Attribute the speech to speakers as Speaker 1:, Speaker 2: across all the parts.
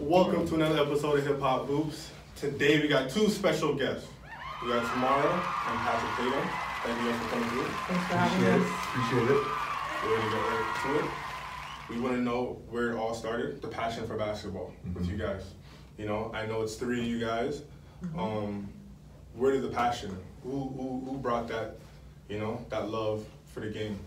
Speaker 1: another episode of Hip Hop Hoops. Today we got two special guests. We got Tamara and Patrick Tatum. Thank you guys for coming through.
Speaker 2: Thanks for
Speaker 3: Appreciate
Speaker 2: having
Speaker 3: it.
Speaker 2: us.
Speaker 3: Appreciate it.
Speaker 1: We're gonna get right to it. We want to know where it all started, the passion for basketball with you guys. You know, I know it's three of you guys.
Speaker 2: Mm-hmm.
Speaker 1: Um, where did the passion? Who, who who brought that? You know, that love for the game.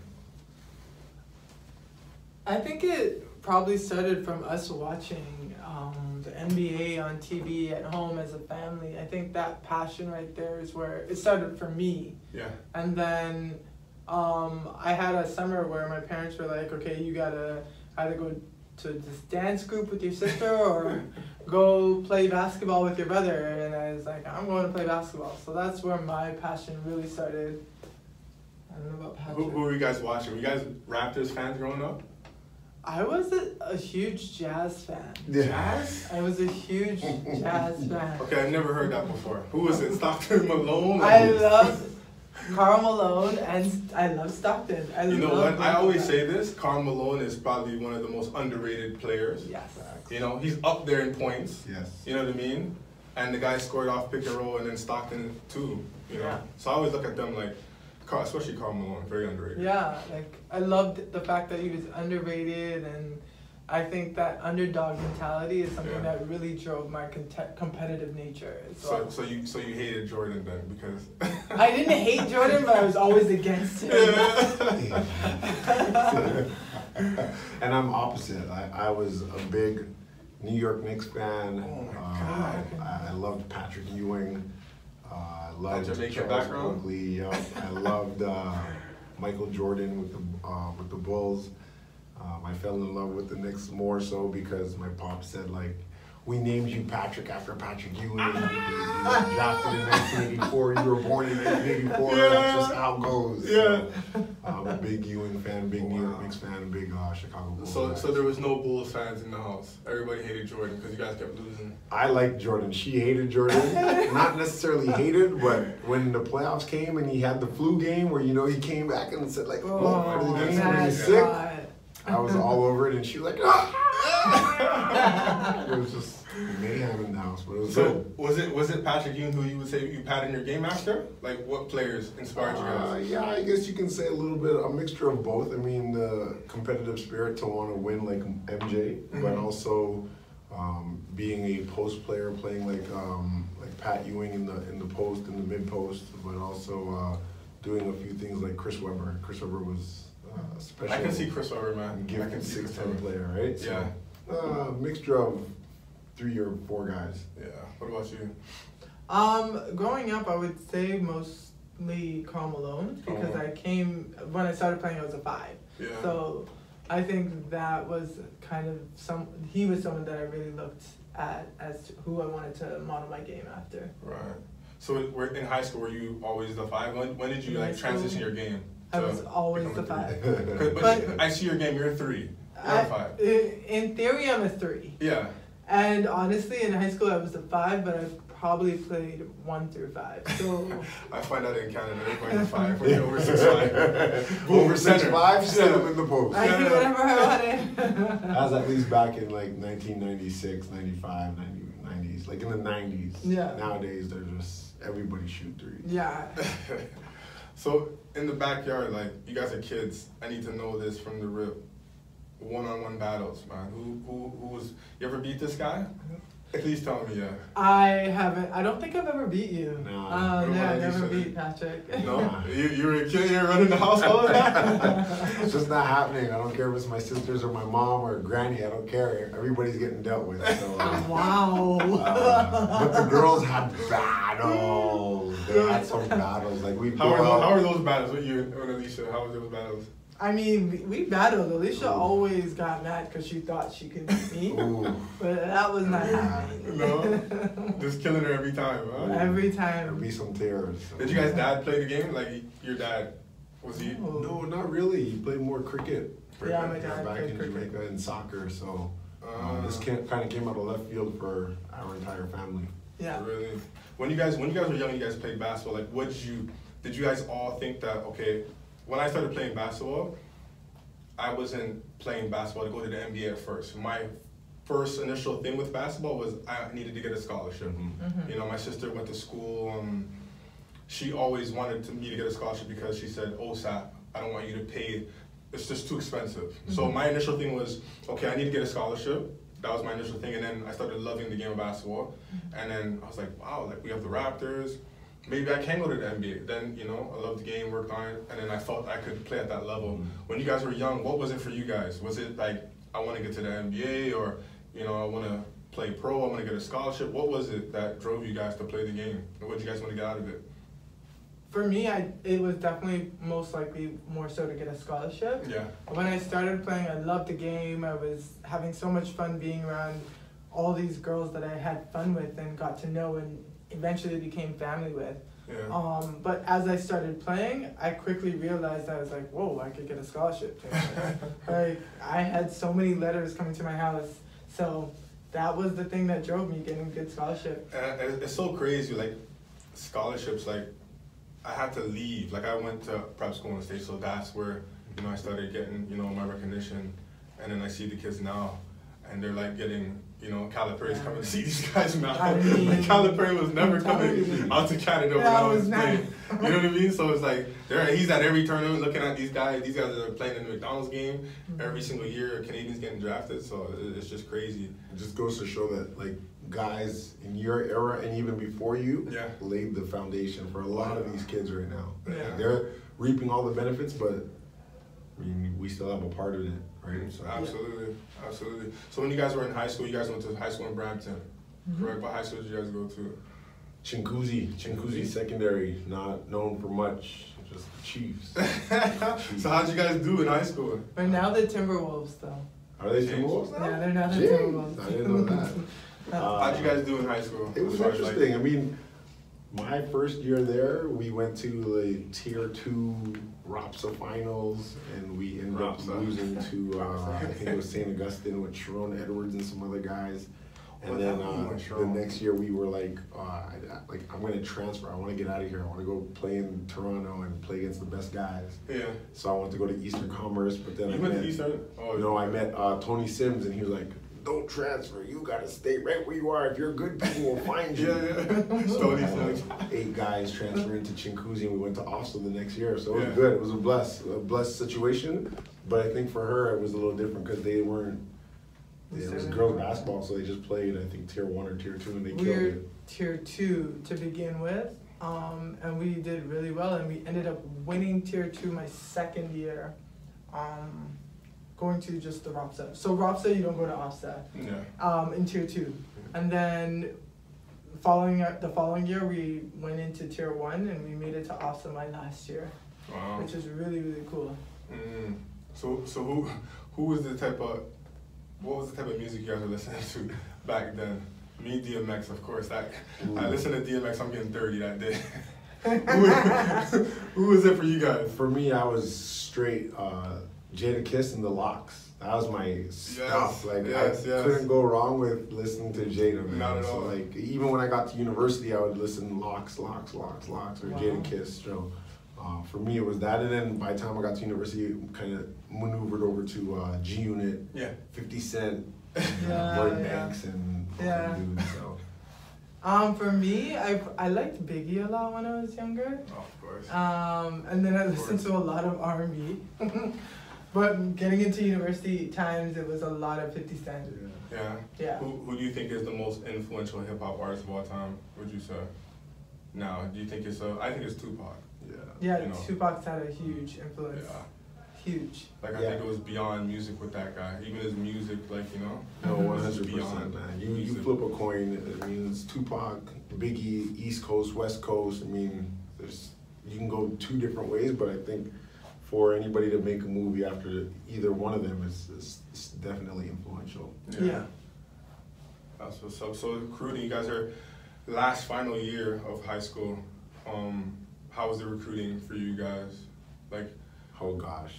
Speaker 2: I think it probably started from us watching um, the NBA on TV at home as a family. I think that passion right there is where it started for me.
Speaker 1: Yeah.
Speaker 2: And then um, I had a summer where my parents were like, okay, you gotta either go to this dance group with your sister or go play basketball with your brother. And I was like, I'm going to play basketball. So that's where my passion really started. I don't know about Patrick.
Speaker 1: Who, who were you guys watching? Were you guys Raptors fans growing up?
Speaker 2: I was a, a huge jazz fan.
Speaker 1: Jazz?
Speaker 2: I was a huge jazz fan.
Speaker 1: Okay, I've never heard that before. Who was it? Stockton Malone?
Speaker 2: I love Carl Malone and I love Stockton. I
Speaker 1: You know
Speaker 2: love
Speaker 1: what? I
Speaker 2: both
Speaker 1: always
Speaker 2: of
Speaker 1: say
Speaker 2: them.
Speaker 1: this. Karl Malone is probably one of the most underrated players.
Speaker 2: Yes.
Speaker 1: You know, he's up there in points.
Speaker 3: Yes.
Speaker 1: You know what I mean? And the guy scored off pick and roll, and then Stockton too. You know,
Speaker 2: Yeah.
Speaker 1: so I always look at them like, Karl- especially Karl Malone, very underrated.
Speaker 2: Yeah, like I loved the fact that he was underrated and I think that underdog mentality is something
Speaker 1: Yeah.
Speaker 2: that really drove my cont- competitive nature. as
Speaker 1: So,
Speaker 2: well.
Speaker 1: so you so you hated Jordan then because
Speaker 2: I didn't hate Jordan, but I was always against him.
Speaker 3: and I'm opposite. I, I was a big New York Knicks fan.
Speaker 1: Oh my
Speaker 3: Um,
Speaker 1: God.
Speaker 3: I, I loved Patrick Ewing. Uh, I loved
Speaker 1: Jamaican
Speaker 3: Charles
Speaker 1: background?
Speaker 3: Oakley. Yep. I loved uh, Michael Jordan with the uh, with the Bulls. Um, I fell in love with the Knicks more so because my pop said like. We named you Patrick after Patrick Ewing. You were drafted in 1984. You were born in 1984. That's just how it goes. So, I'm a Uh, big Ewing fan, big New York Knicks fan, big uh, Chicago Bulls.
Speaker 1: so
Speaker 3: fan.
Speaker 1: so there was no Bulls fans in the house. Everybody hated Jordan because you guys kept losing.
Speaker 3: I liked Jordan. She hated Jordan. Not necessarily hated, but when the playoffs came and he had the flu game where you know he came back and said like, "Oh, are
Speaker 2: Oh,
Speaker 3: you
Speaker 2: my
Speaker 3: doing something? Are you
Speaker 2: God.
Speaker 3: sick?" I was all over it, and she was like, "Ah!" it was just mayhem in the house, but it was
Speaker 1: So
Speaker 3: good.
Speaker 1: was it was it Patrick Ewing who you would say you patterned your game after? Like what players inspired you
Speaker 3: Uh,
Speaker 1: guys?
Speaker 3: yeah, I guess you can say a little bit, a mixture of both. I mean, the competitive spirit to want to win like MJ, but
Speaker 1: Mm-hmm.
Speaker 3: also um, being a post player, playing like um, like Pat Ewing in the in the post, in the mid post, but also uh, doing a few things like Chris Webber. Chris Webber was uh, a special.
Speaker 1: I can see Chris Webber, man. I can
Speaker 3: Gifted
Speaker 1: see
Speaker 3: six
Speaker 1: Chris
Speaker 3: ten
Speaker 1: Webber.
Speaker 3: player, right?
Speaker 1: Yeah.
Speaker 3: So, uh, mixture of three or four guys.
Speaker 1: Yeah. What about you?
Speaker 2: Um, growing up, I would say mostly Carl Malone because
Speaker 1: Karl.
Speaker 2: I came when I started playing. I was a five,
Speaker 1: Yeah.
Speaker 2: so I think that was kind of some. He was someone that I really looked at as to who I wanted to model my game after.
Speaker 1: Right. So were- in high school, were you always the five? When, when did you
Speaker 2: In high
Speaker 1: like transition
Speaker 2: school,
Speaker 1: your game?
Speaker 2: I
Speaker 1: to
Speaker 2: was always the
Speaker 1: become a
Speaker 2: five.
Speaker 1: three? 'Cause- But,
Speaker 2: But-
Speaker 1: I see your game. You're a three. You're
Speaker 2: I-
Speaker 1: a five.
Speaker 2: i- in theory, I'm a three,
Speaker 1: Yeah.
Speaker 2: and honestly, in high school, I was a five, but I probably played one through five. So.
Speaker 1: I find out in Canada they're going to five. When you're over six five. Boom,
Speaker 3: Over six
Speaker 1: center.
Speaker 3: five, set
Speaker 1: Yeah.
Speaker 3: him in the post.
Speaker 2: I do whatever I wanted.
Speaker 3: That was at least back in like 1996, 95, 90, 90s, like in the 90s.
Speaker 2: Yeah.
Speaker 3: Nowadays, they're just everybody shoot threes.
Speaker 2: yeah.
Speaker 1: so in the backyard, like you guys are kids. I need to know this from the rip. One-on-one battles, man. Who who who was? You ever beat this guy? Please tell me, yeah.
Speaker 2: I haven't. I don't think I've ever beat you.
Speaker 3: No.
Speaker 2: Uh,
Speaker 1: Nobody
Speaker 2: yeah, I never
Speaker 1: said it.
Speaker 2: beat Patrick.
Speaker 1: No, you you were a kid. You were running the house all the time.
Speaker 3: It's just not happening. I don't care if it's my sisters or my mom or granny. I don't care. Everybody's getting dealt with. So, uh, uh, but the
Speaker 2: wow.
Speaker 3: girls had battles. They had some battles. Like we
Speaker 1: How are, how are those battles with you and Alicia? How were those battles?
Speaker 2: I mean, we, we battled. Alicia always got mad because she thought she could beat me,
Speaker 3: Ooh,
Speaker 2: but that was not happening.
Speaker 1: No? Just killing her every time, huh?
Speaker 2: Every
Speaker 3: there'd
Speaker 2: time.
Speaker 3: be some tears.
Speaker 1: Did you guys dad play the game? Like your dad was he?
Speaker 2: No.
Speaker 3: No, not really. He played more cricket.
Speaker 2: Yeah, my
Speaker 3: Yeah,
Speaker 2: dad
Speaker 3: back
Speaker 2: played
Speaker 3: in
Speaker 2: cricket.
Speaker 3: Jamaica and soccer, so uh,
Speaker 1: Ah.
Speaker 3: this kind of came out of left field for
Speaker 2: Ah.
Speaker 3: our entire family.
Speaker 2: Yeah.
Speaker 1: Really? When you guys when you guys were young, you guys played basketball. Like, what did you did you guys all think that okay? When I started playing basketball, I wasn't playing basketball to go to the NBA at first. My first initial thing with basketball was I needed to get a scholarship. You know, my sister went to school. Um, she always wanted to, me to get a scholarship because she said, OSAP, I don't want you to pay. It's just too expensive. So my initial thing was, okay, I need to get a scholarship. That was my initial thing. And then I started loving the game of basketball. And then I was like, wow, like we have the Raptors. Maybe I can go to the NBA. Then, you know, I loved the game, worked on it, and then I felt I could play at that level. When you guys were young, what was it for you guys? Was it like, I want to get to the NBA or, you know, I want to play pro, I want to get a scholarship? What was it that drove you guys to play the game? And what did you guys want to get out of it?
Speaker 2: For me, I it was definitely most likely more so to get a scholarship.
Speaker 1: Yeah.
Speaker 2: When I started playing, I loved the game. I was having so much fun being around all these girls that I had fun with and got to know and eventually became family with.
Speaker 1: Yeah.
Speaker 2: Um, but as I started playing, I quickly realized I was like, whoa, I could get a scholarship. like, I had so many letters coming to my house. So that was the thing that drove me getting a good scholarship.
Speaker 1: And it- it's so crazy, like scholarships. Like I had to leave. Like I went to prep school in the state, so that's where you know I started getting you know my recognition. And then I see the kids now, and they're like getting you know Calipari's
Speaker 2: Yeah.
Speaker 1: coming to see these guys now.
Speaker 2: I mean-
Speaker 1: like Calipari was never
Speaker 2: I'm telling
Speaker 1: coming
Speaker 2: you.
Speaker 1: out to Canada when
Speaker 2: That
Speaker 1: I was
Speaker 2: was nice.
Speaker 1: playing. You know what I mean? So it's like they're, he's at every tournament looking at these guys. These guys are playing in the McDonald's game
Speaker 2: Mm-hmm.
Speaker 1: every single year. Canadians getting drafted, so it- it's just crazy.
Speaker 3: It just goes to show that like guys in your era and even before you
Speaker 1: Yeah.
Speaker 3: laid the foundation for a lot of these kids right now.
Speaker 2: Yeah.
Speaker 3: They're reaping all the benefits, but I mean, we still have a part of it, right? So
Speaker 2: Ah.
Speaker 1: Absolutely, absolutely. So when you guys were in high school, you guys went to high school in Brampton,
Speaker 3: Mm-hmm.
Speaker 1: correct? What high school did you guys go to?
Speaker 3: Chinguzi, Chinguzi Secondary, not known for much, just the Chiefs.
Speaker 1: so how'd you guys do in high school?
Speaker 2: But now the Timberwolves, though.
Speaker 3: Are they Timberwolves now?
Speaker 2: Yeah, they're now the
Speaker 3: Jeez,
Speaker 2: Timberwolves.
Speaker 3: I didn't know that. Uh,
Speaker 1: How'd you guys do in high school?
Speaker 3: It was
Speaker 1: As far as, like-
Speaker 3: interesting. I mean, my first year there, we went to the tier two ROPSA finals, and we ended up
Speaker 1: ROPSA.
Speaker 3: losing to uh, I think it was St. Augustine with Sharon Edwards and some other guys. And
Speaker 1: Oh,
Speaker 3: then
Speaker 1: that one
Speaker 3: uh,
Speaker 1: was
Speaker 3: the
Speaker 1: Sharon.
Speaker 3: next year, we were like, uh, I, I- like I'm gonna transfer. I want to get out of here. I want to go play in Toronto and play against the best guys.
Speaker 1: yeah.
Speaker 3: So I wanted to go to Eastern Commerce, but then I
Speaker 1: You went
Speaker 3: met-
Speaker 1: to Eastern? Oh,
Speaker 3: you know, I met uh, Tony Sims, and he was like, "Don't transfer. You gotta stay right where you are. If you're good, people will find you."
Speaker 1: Yeah, yeah. Tony
Speaker 3: I had,
Speaker 1: Sims.
Speaker 3: like, eight guys transferred into Chinkuzi, and we went to Austin the next year. So it was
Speaker 1: Yeah.
Speaker 3: good. It was a blessed, a blessed situation. But I think for her, it was a little different because they weren't. It was girls basketball, so they just played. I think tier one or tier two, and they killed
Speaker 2: We're
Speaker 3: it.
Speaker 2: tier two to begin with. Um, and we did really well, and we ended up winning tier two my second year. Um, going to just the ROPSA. So ROPSA, you don't go to OFSA.
Speaker 1: Yeah.
Speaker 2: um, in tier two, and then following the following year we went into tier one and we made it to Awesome my last year,
Speaker 1: Wow.
Speaker 2: which is really really cool.
Speaker 1: Mm. So so who who was the type of what was the type of music you guys were listening to back then? Me, DMX, of course. That I
Speaker 3: Ooh.
Speaker 1: listened to DMX. I'm getting thirty that day. who, who was it for you guys?
Speaker 3: For me, I was straight uh, Jada Kiss and the Locks. That was my stuff. Like
Speaker 1: yes,
Speaker 3: I
Speaker 1: yes.
Speaker 3: couldn't go wrong with listening to Jada. Man.
Speaker 1: Not at
Speaker 3: So,
Speaker 1: all.
Speaker 3: Like even when I got to university, I would listen Locks, Locks, Locks, Locks, or
Speaker 2: Wow.
Speaker 3: Jada Kiss. So uh, for me, it was that. And then by the time I got to university, kind of maneuvered over to uh, G Unit,
Speaker 1: Yeah.
Speaker 3: Fifty Cent,
Speaker 2: Yeah,
Speaker 3: Lloyd
Speaker 2: yeah.
Speaker 3: Banks, and all them
Speaker 2: Yeah.
Speaker 3: dudes. So
Speaker 2: Um, for me, I I liked Biggie a lot when I was younger,
Speaker 1: of course.
Speaker 2: um, and then I
Speaker 1: Of
Speaker 2: listened
Speaker 1: course.
Speaker 2: to a lot of R and B. But getting into university times, it was a lot of 50 Cent.
Speaker 1: Yeah.
Speaker 2: Yeah.
Speaker 1: Who, who do you think is the most influential hip hop artist of all time? Would you say? Now, do you think it's uh, I think it's Tupac.
Speaker 3: yeah.
Speaker 2: Yeah,
Speaker 1: You know.
Speaker 2: Tupac's had a huge influence.
Speaker 1: Yeah.
Speaker 2: Huge.
Speaker 1: Like I
Speaker 3: Yeah.
Speaker 1: think it was beyond music with that guy. Even his music, like you know.
Speaker 3: No,
Speaker 2: Mhm.
Speaker 3: one hundred
Speaker 1: Beyond
Speaker 3: percent, man. You you
Speaker 1: music.
Speaker 3: flip a coin. I mean, it's Tupac, Biggie, East Coast, West Coast. I mean, there's you can go two different ways, but I think for anybody to make a movie after either one of them is is, is definitely influential.
Speaker 2: yeah.
Speaker 1: That's what's up. So, recruiting, you guys are last final year of high school. Um, how was the recruiting for you guys? Like,
Speaker 3: Oh gosh,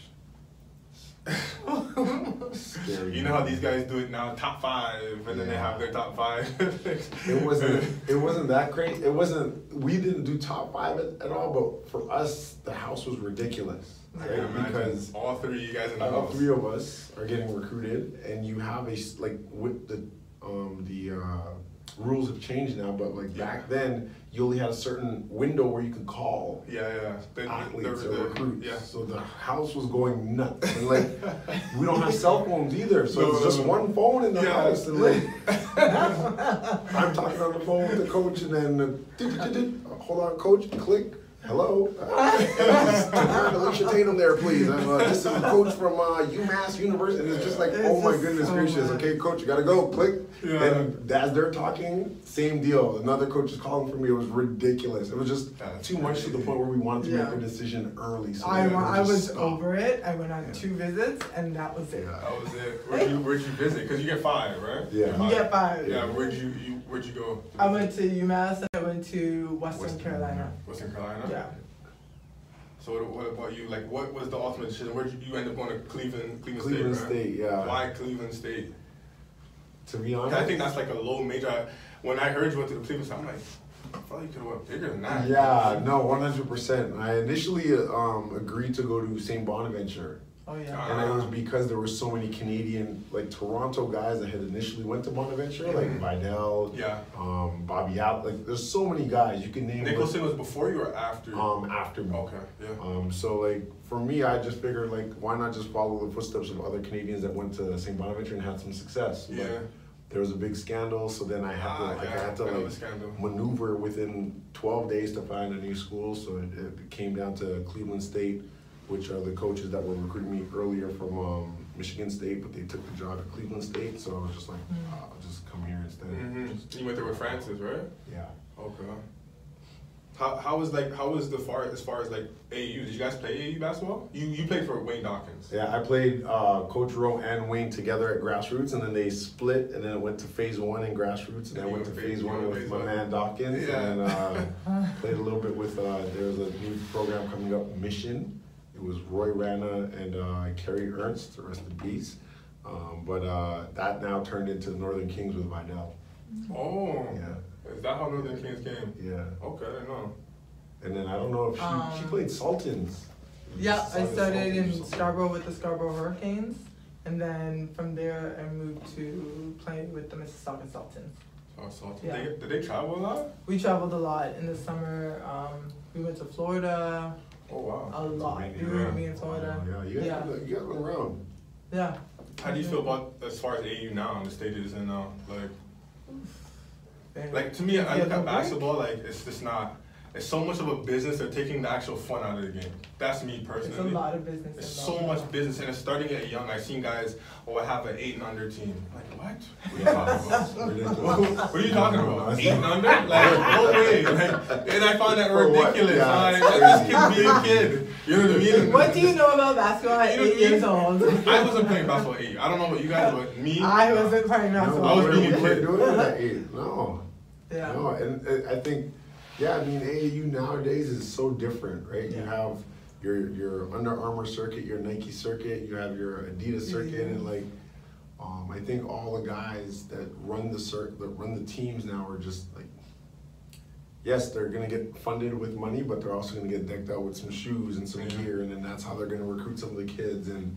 Speaker 3: Scary.
Speaker 1: You know how these guys do it now, top five, and then they
Speaker 3: Yeah.
Speaker 1: have their top five.
Speaker 3: It wasn't. It wasn't that crazy. It wasn't. We didn't do top five at, at all. But for us, the house was ridiculous.
Speaker 1: I
Speaker 3: Right?
Speaker 1: can imagine
Speaker 3: Because
Speaker 1: all three of you guys in the
Speaker 3: all
Speaker 1: house.
Speaker 3: three of us are getting recruited, and you have a s- like with the um the uh, rules have changed now. But like back
Speaker 1: Yeah.
Speaker 3: then, you only had a certain window where you could call.
Speaker 1: Yeah, yeah. The- the-
Speaker 3: athletes
Speaker 1: the-
Speaker 3: or
Speaker 1: the-
Speaker 3: recruits.
Speaker 1: Yeah.
Speaker 3: So the house was going nuts. And like, we don't have cell phones either. So
Speaker 1: No,
Speaker 3: it's
Speaker 1: no,
Speaker 3: just
Speaker 1: no.
Speaker 3: one phone in the
Speaker 1: Yeah.
Speaker 3: house. And like, I'm talking on the phone with the coach, and then uh, hold on, coach, click. Hello, uh, Alicia Tatum, there, please. I'm, uh, this is the coach from uh, UMass University, and it's just like,
Speaker 2: It's
Speaker 3: oh my
Speaker 2: just
Speaker 3: goodness
Speaker 2: so
Speaker 3: gracious,
Speaker 2: much.
Speaker 3: okay, coach, you gotta go, click.
Speaker 1: Yeah.
Speaker 3: And as they're talking, same deal. Another coach is calling for me. It was ridiculous. It was just
Speaker 1: That's
Speaker 3: too much to the point where we wanted to
Speaker 2: Yeah.
Speaker 3: make a decision early. So
Speaker 2: I,
Speaker 3: we
Speaker 2: wa-
Speaker 3: were
Speaker 2: I
Speaker 3: just
Speaker 2: was
Speaker 3: stuck.
Speaker 2: over it. I went on two visits, and that was it.
Speaker 3: Yeah.
Speaker 1: That was it. Where'd you, where'd you visit? Because you get five, right?
Speaker 3: Yeah.
Speaker 1: You're
Speaker 3: You
Speaker 2: get five.
Speaker 1: Yeah, where'd you, you where'd you go?
Speaker 2: I went to UMass and I went to Western,
Speaker 3: Western
Speaker 2: Carolina.
Speaker 1: Western Carolina?
Speaker 2: Yeah.
Speaker 1: So what, what about you? Like, what was the ultimate decision? Where did you end up going to Cleveland, Cleveland,
Speaker 3: Cleveland
Speaker 1: State? right?
Speaker 3: State, yeah.
Speaker 1: Why Cleveland State?
Speaker 3: To be
Speaker 1: 'Cause
Speaker 3: honest,
Speaker 1: I think that's like a low major. I- When I heard you went to the Cleveland State, I'm like, I thought you could have went bigger than that.
Speaker 3: Yeah, no, one hundred percent. I initially um, agreed to go to St. Bonaventure,
Speaker 2: Oh yeah.
Speaker 1: Ah.
Speaker 3: and it was because there were so many Canadian, like Toronto guys that had initially went to Bonaventure, like Vidal,
Speaker 1: Yeah.
Speaker 3: um, Bobby Out. Like, there's so many guys you can name. but-
Speaker 1: Nicholson was before you or after?
Speaker 3: um, after me.
Speaker 1: Okay, yeah.
Speaker 3: Um, so like for me, I just figured like why not just follow the footsteps of other Canadians that went to St. Bonaventure and had some success. But
Speaker 1: Yeah.
Speaker 3: There was a big scandal, so then I had to
Speaker 1: Ah,
Speaker 3: like
Speaker 1: yeah,
Speaker 3: I had to
Speaker 1: I know the
Speaker 3: like
Speaker 1: scandal.
Speaker 3: maneuver within 12 days to find a new school. So it, it came down to Cleveland State, which are the coaches that were recruiting me earlier from um, Michigan State, but they took the job at Cleveland State. So I was just like, "Ah, I'll just come here instead.
Speaker 1: Mhm. You went there with Francis, right?
Speaker 3: Yeah.
Speaker 1: Okay. How, how was like how was the far as far as like AAU? Did you guys play AAU basketball? You you played for Wayne Dawkins.
Speaker 3: Yeah, I played uh, Coach Rowe and Wayne together at Grassroots, and then they split, and then it went to Phase One in Grassroots, and I
Speaker 1: You
Speaker 3: went
Speaker 1: were
Speaker 3: to
Speaker 1: phase-
Speaker 3: Phase
Speaker 1: you
Speaker 3: One
Speaker 1: were
Speaker 3: with
Speaker 1: phase
Speaker 3: my
Speaker 1: one.
Speaker 3: man Dawkins,
Speaker 1: Yeah.
Speaker 3: and then uh, played a little bit with. Uh, there was a new program coming up, Mission. It was Roy Rana and uh, Kerry Ernst, the rest of the beast. Um, but uh, that now turned into Northern Kings with Vidal.
Speaker 1: Oh.
Speaker 3: Yeah.
Speaker 1: Is that how Northern Kings came?
Speaker 3: Yeah,
Speaker 1: Okay, I know.
Speaker 3: and then I don't know if she, she
Speaker 2: Um,
Speaker 3: played Sultans.
Speaker 2: Yeah, I
Speaker 3: Sultans,
Speaker 2: started
Speaker 3: Sultans or
Speaker 2: in
Speaker 3: something.
Speaker 2: Scarborough with the Scarborough Hurricanes, and then from there I moved to playing with the Mississauga Sultans.
Speaker 1: Oh, so did,
Speaker 2: Yeah.
Speaker 1: they, did they travel a lot?
Speaker 2: We traveled a lot in the summer. Um, we went to Florida
Speaker 1: Oh
Speaker 2: a
Speaker 1: wow.
Speaker 2: lot. We were
Speaker 1: Yeah.
Speaker 2: me in Florida.
Speaker 3: Yeah, you guys,
Speaker 2: Yeah.
Speaker 3: you guys went around.
Speaker 2: Yeah.
Speaker 1: How do you feel about as far as AAU now and the stages and uh, like
Speaker 2: Very-
Speaker 1: Like to me, I
Speaker 2: Yeah,
Speaker 1: look
Speaker 2: don't
Speaker 1: at
Speaker 2: we?
Speaker 1: basketball like it's just not. It's so much of a business. They're taking the actual fun out of the game. That's me
Speaker 2: It's
Speaker 1: personally.
Speaker 2: a lot of business.
Speaker 1: It's so
Speaker 2: involved.
Speaker 1: much business, and it's starting at young. I've seen guys, oh, I have an eight and under team. Like what? What are you talking about? What are you talking about? Eight and under? Like no way. Like, and I found that
Speaker 3: For what?
Speaker 1: ridiculous.
Speaker 3: Yeah,
Speaker 1: Like,
Speaker 3: it's
Speaker 1: let this kid
Speaker 3: crazy.
Speaker 1: be a kid. You know what I mean?
Speaker 2: What do you know about basketball at
Speaker 1: You know what
Speaker 2: eight
Speaker 1: I mean?
Speaker 2: years old?
Speaker 1: I wasn't playing basketball at eight. I don't know about you guys, but me.
Speaker 2: I wasn't playing
Speaker 3: No,
Speaker 2: basketball.
Speaker 1: I was
Speaker 3: we're-
Speaker 1: being a
Speaker 3: we're
Speaker 1: kid.
Speaker 3: doing it at eight. No,
Speaker 2: Yeah.
Speaker 3: no, and, and I think, yeah, I mean, AAU nowadays is so different, right? You
Speaker 2: Yeah.
Speaker 3: have your your Under Armour circuit, your Nike circuit, you have your Adidas circuit, and like, um, I think all the guys that run the cir- that run the teams now are just like, yes, they're gonna get funded with money, but they're also gonna get decked out with some shoes and some
Speaker 1: Yeah.
Speaker 3: gear, and then that's how they're gonna recruit some of the kids and.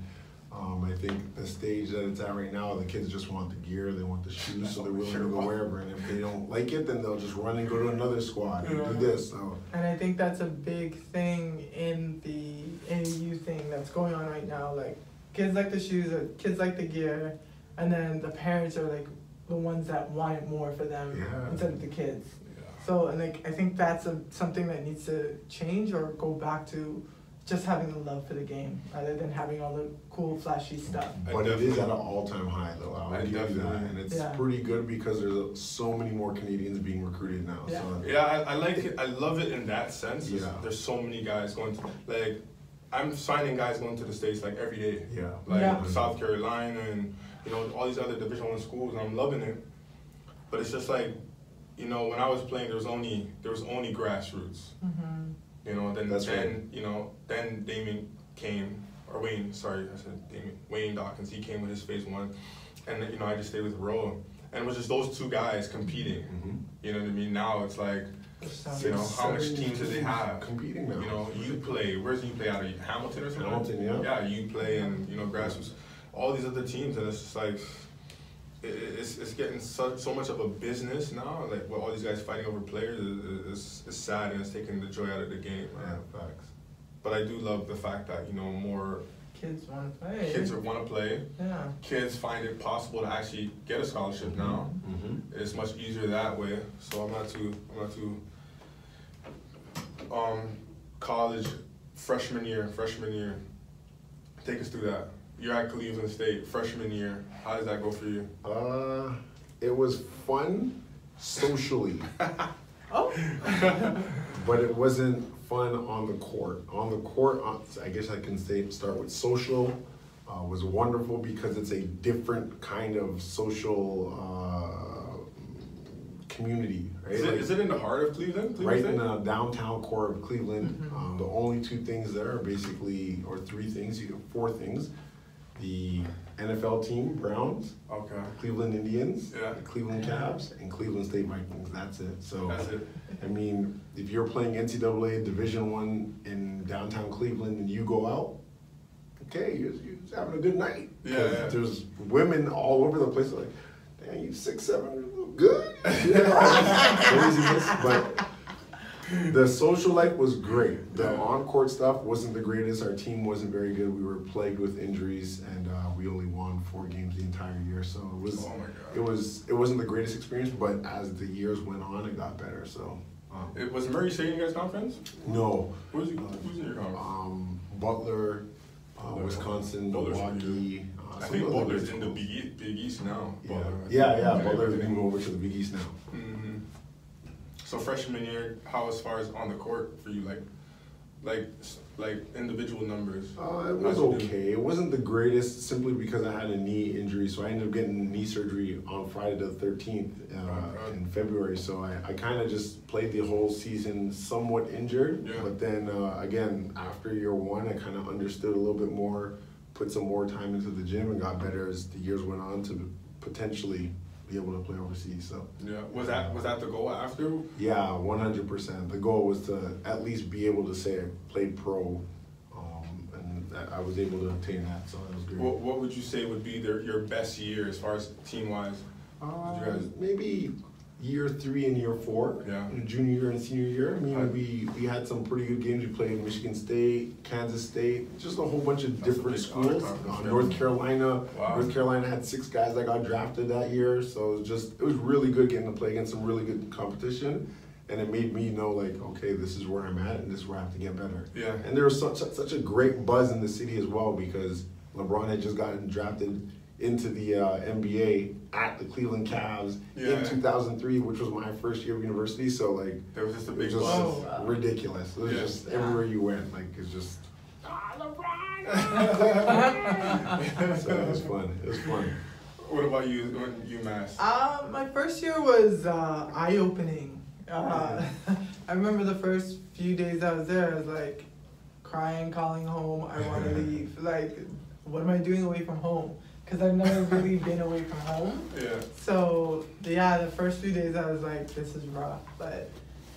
Speaker 3: Um, I think the stage that it's at right now, the kids just want the gear, they want the shoes, so they're willing to go wherever. And if they don't like it, then they'll just run and go to another squad and do this. So
Speaker 2: And I think that's a big thing in the AU thing that's going on right now. Like, kids like the shoes, or kids like the gear, and then the parents are like the ones that want it more for them
Speaker 3: Yeah.
Speaker 2: instead of the kids.
Speaker 1: Yeah.
Speaker 2: So, and like, I think that's a, something that needs to change or go back to just having a love for the game rather than having all the cool, flashy stuff.
Speaker 3: But it is at an all-time high, though.
Speaker 1: I
Speaker 3: I'll give you that,
Speaker 1: definitely-
Speaker 3: and it's
Speaker 2: Yeah.
Speaker 3: pretty good because there's so many more Canadians being recruited now. So
Speaker 1: Yeah, I, I like it. I love it in that sense. is
Speaker 3: Yeah.
Speaker 1: There's so many guys going to like, I'm signing guys going to the states like every day.
Speaker 3: Yeah.
Speaker 1: Like
Speaker 2: Yeah.
Speaker 1: South Carolina and you know all these other Division One schools, and I'm loving it. But it's just like, you know, when I was playing, there was only there was only grassroots. You know, then
Speaker 3: That's
Speaker 1: then
Speaker 3: right.
Speaker 1: you know then Damien came. or or Wayne, sorry, I said Damien, Wayne Dawkins. He came with his phase one, and you know I just stayed with Roa, and it was just those two guys competing.
Speaker 3: Mm-hmm.
Speaker 1: You know what I mean? Now it's like, you know, how much teams do they have?
Speaker 3: Competing now.
Speaker 1: You know, you play. Where's he play out of? Hamilton or something?
Speaker 3: Hamilton, yeah.
Speaker 1: Yeah, you play and you know grassroots, all these other teams, and it's just like. it- it- It's, it's getting so, so much of a business now, like with all these guys fighting over players, it- it- it's, it's sad and it's taking the joy out of the game.
Speaker 3: Yeah,
Speaker 1: man.
Speaker 3: facts.
Speaker 1: But I do love the fact that, you know, more
Speaker 2: Kids want to play.
Speaker 1: kids want to play.
Speaker 2: yeah.
Speaker 1: Kids find it possible to actually get a scholarship now.
Speaker 3: Mm-hmm.
Speaker 1: It's much easier that way. So I'm not too, I'm not too, um, college freshman year, freshman year. Take us through that. You're at Cleveland State, freshman year. How does that go for you?
Speaker 3: Uh, it was fun socially,
Speaker 2: Oh.
Speaker 3: but it wasn't fun on the court. On the court, uh, I guess I can say start with social. Uh, was wonderful because it's a different kind of social uh, community, right?
Speaker 1: Is it,
Speaker 3: Like-
Speaker 1: is it in the heart of Cleveland? Cleveland
Speaker 3: right
Speaker 1: State?
Speaker 3: in the downtown core of Cleveland. Um, the only two things there are basically, or three things, you four things: the NFL team, Browns,
Speaker 1: Okay.
Speaker 3: Cleveland Indians,
Speaker 1: Yeah.
Speaker 3: the Cleveland Cavs, and Cleveland State Vikings. That's it. So
Speaker 1: That's it.
Speaker 3: I mean, if you're playing NCAA Division One in downtown Cleveland and you go out, okay, you're, you're just having a good night. 'Cause
Speaker 1: Yeah, yeah.
Speaker 3: There's women all over the place. Like, damn, you six seven, you look good. You know, all this craziness, but. The social life was great. The
Speaker 1: Yeah.
Speaker 3: on-court stuff wasn't the greatest. Our team wasn't very good. We were plagued with injuries, and uh, we only won four games the entire year. So it was
Speaker 1: Oh my God.
Speaker 3: it was it wasn't the greatest experience. But as the years went on, it got better. So um,
Speaker 1: It, was Murray State in your guys' conference?
Speaker 3: no,
Speaker 1: Who's, who's in your conference?
Speaker 3: um, Butler, uh,
Speaker 1: Butler.
Speaker 3: Wisconsin,
Speaker 1: Butler's
Speaker 3: Milwaukee. Uh,
Speaker 1: I
Speaker 3: some
Speaker 1: think
Speaker 3: of the other
Speaker 1: Butler's
Speaker 3: good
Speaker 1: in the
Speaker 3: schools.
Speaker 1: Big East, Big East now.
Speaker 3: Yeah,
Speaker 1: Butler.
Speaker 3: yeah, yeah.
Speaker 1: Okay.
Speaker 3: Butler's moving over to the Big East now.
Speaker 1: Mhm. So freshman year, how as far as on the court for you, like, like, s- like individual numbers?
Speaker 3: Uh, it
Speaker 1: How'd
Speaker 3: was
Speaker 1: you do?
Speaker 3: okay. It wasn't the greatest simply because I had a knee injury. So I ended up getting knee surgery on Friday the 13th uh,
Speaker 1: Okay.
Speaker 3: in February. So I, I kind of just played the whole season somewhat injured.
Speaker 1: Yeah.
Speaker 3: But then uh, again, after year one, I kind of understood a little bit more, put some more time into the gym, and got better as the years went on to potentially be able to play overseas. So.
Speaker 1: Yeah. Was that was that the goal after?
Speaker 3: Yeah, one hundred percent. The goal was to at least be able to say I played pro, um, and that I was able to obtain that, so that was great.
Speaker 1: What What would you say would be their, your best year as far as team wise?
Speaker 3: Uh,
Speaker 1: did you guys-
Speaker 3: maybe year three and year four.
Speaker 1: Yeah.
Speaker 3: Junior year and senior year. I mean,
Speaker 1: I-
Speaker 3: we we had some pretty good games. We played Michigan State, Kansas State, just a whole bunch of
Speaker 1: That's a
Speaker 3: different
Speaker 1: big
Speaker 3: schools.
Speaker 1: underdog.
Speaker 3: Uh, North Carolina.
Speaker 1: Wow.
Speaker 3: North Carolina had six guys that got drafted that year, so it was just it was really good getting to play against some really good competition. And it made me know, like, okay, this is where I'm at, and this is where I have to get better.
Speaker 1: Yeah.
Speaker 3: And there was such such a great buzz in the city as well because LeBron had just gotten drafted into the uh, NBA at the Cleveland Cavs
Speaker 1: Yeah.
Speaker 3: in 2003, which was my first year of university. So like,
Speaker 1: There was just a
Speaker 3: it
Speaker 1: big
Speaker 3: was just
Speaker 1: buzz.
Speaker 2: Wow.
Speaker 3: ridiculous. It was
Speaker 1: Yeah.
Speaker 3: just
Speaker 2: Yeah.
Speaker 3: everywhere you went, like it's just. "Ah, LeBron!" so it was fun. It was fun.
Speaker 1: What about you? When UMass?
Speaker 2: Uh, my first year was uh, eye opening. Uh, I remember the first few days I was there, I was like crying, calling home, I want to leave. Like, what am I doing away from home? Because I've never really been away from home.
Speaker 1: Yeah.
Speaker 2: So, yeah, the first few days I was like, this is rough. But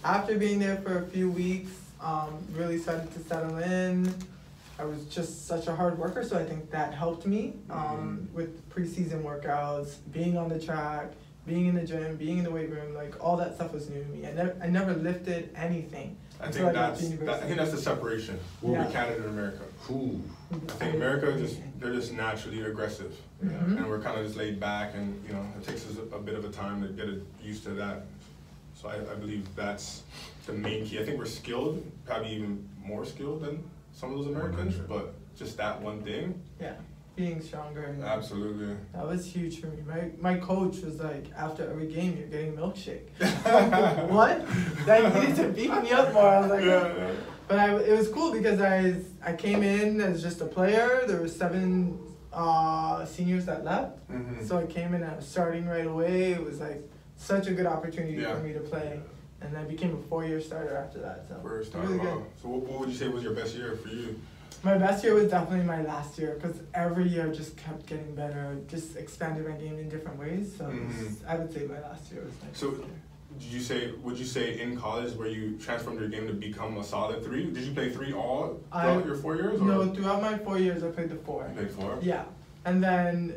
Speaker 2: after being there for a few weeks, um, really started to settle in. I was just such a hard worker, so I think that helped me um,
Speaker 1: Mm-hmm.
Speaker 2: with preseason workouts, being on the track, being in the gym, being in the weight room. Like all that stuff was new to me. I never, I never lifted anything
Speaker 1: I
Speaker 2: until
Speaker 1: think
Speaker 2: I got
Speaker 1: that's
Speaker 2: to
Speaker 1: that, I
Speaker 2: university.
Speaker 1: think that's the separation between
Speaker 2: Yeah.
Speaker 1: Canada and America.
Speaker 3: Ooh.
Speaker 1: I Mm-hmm. think America just they're just naturally aggressive,
Speaker 2: Mhm.
Speaker 1: and we're kind of just laid back, and you know it takes us a, a bit of a time to get used to that. So I, I believe that's the main key. I think we're skilled, probably even more skilled than some of those Americans,
Speaker 3: 100.
Speaker 1: but just that one thing,
Speaker 2: yeah, being stronger. And
Speaker 1: absolutely.
Speaker 2: That was huge for me. My my coach was like, after every game, you're getting milkshake. Like, what? That needed to beat me up more. I was like,
Speaker 1: Yeah.
Speaker 2: but I, it was cool because I I came in as just a player. There were seven uh, seniors that left,
Speaker 1: Mhm.
Speaker 2: so I came in. I was starting right away. It was like such a good opportunity
Speaker 1: Yeah.
Speaker 2: for me to play, and I became a four-year starter after that. So
Speaker 1: First
Speaker 2: really
Speaker 1: time,
Speaker 2: good.
Speaker 1: wow. So what, what would you say was your best year for you?
Speaker 2: My best year was definitely my last year because every year just kept getting better, just expanded my game in different ways. So it was-
Speaker 1: Mhm.
Speaker 2: I would say my last year was my
Speaker 1: So-
Speaker 2: best year.
Speaker 1: Did you say? Would you say in college where you transformed your game to become a solid three? Did you play three all
Speaker 2: I-
Speaker 1: throughout your four years? Or
Speaker 2: No, throughout my four years, I played the four.
Speaker 1: You played four.
Speaker 2: Yeah, and then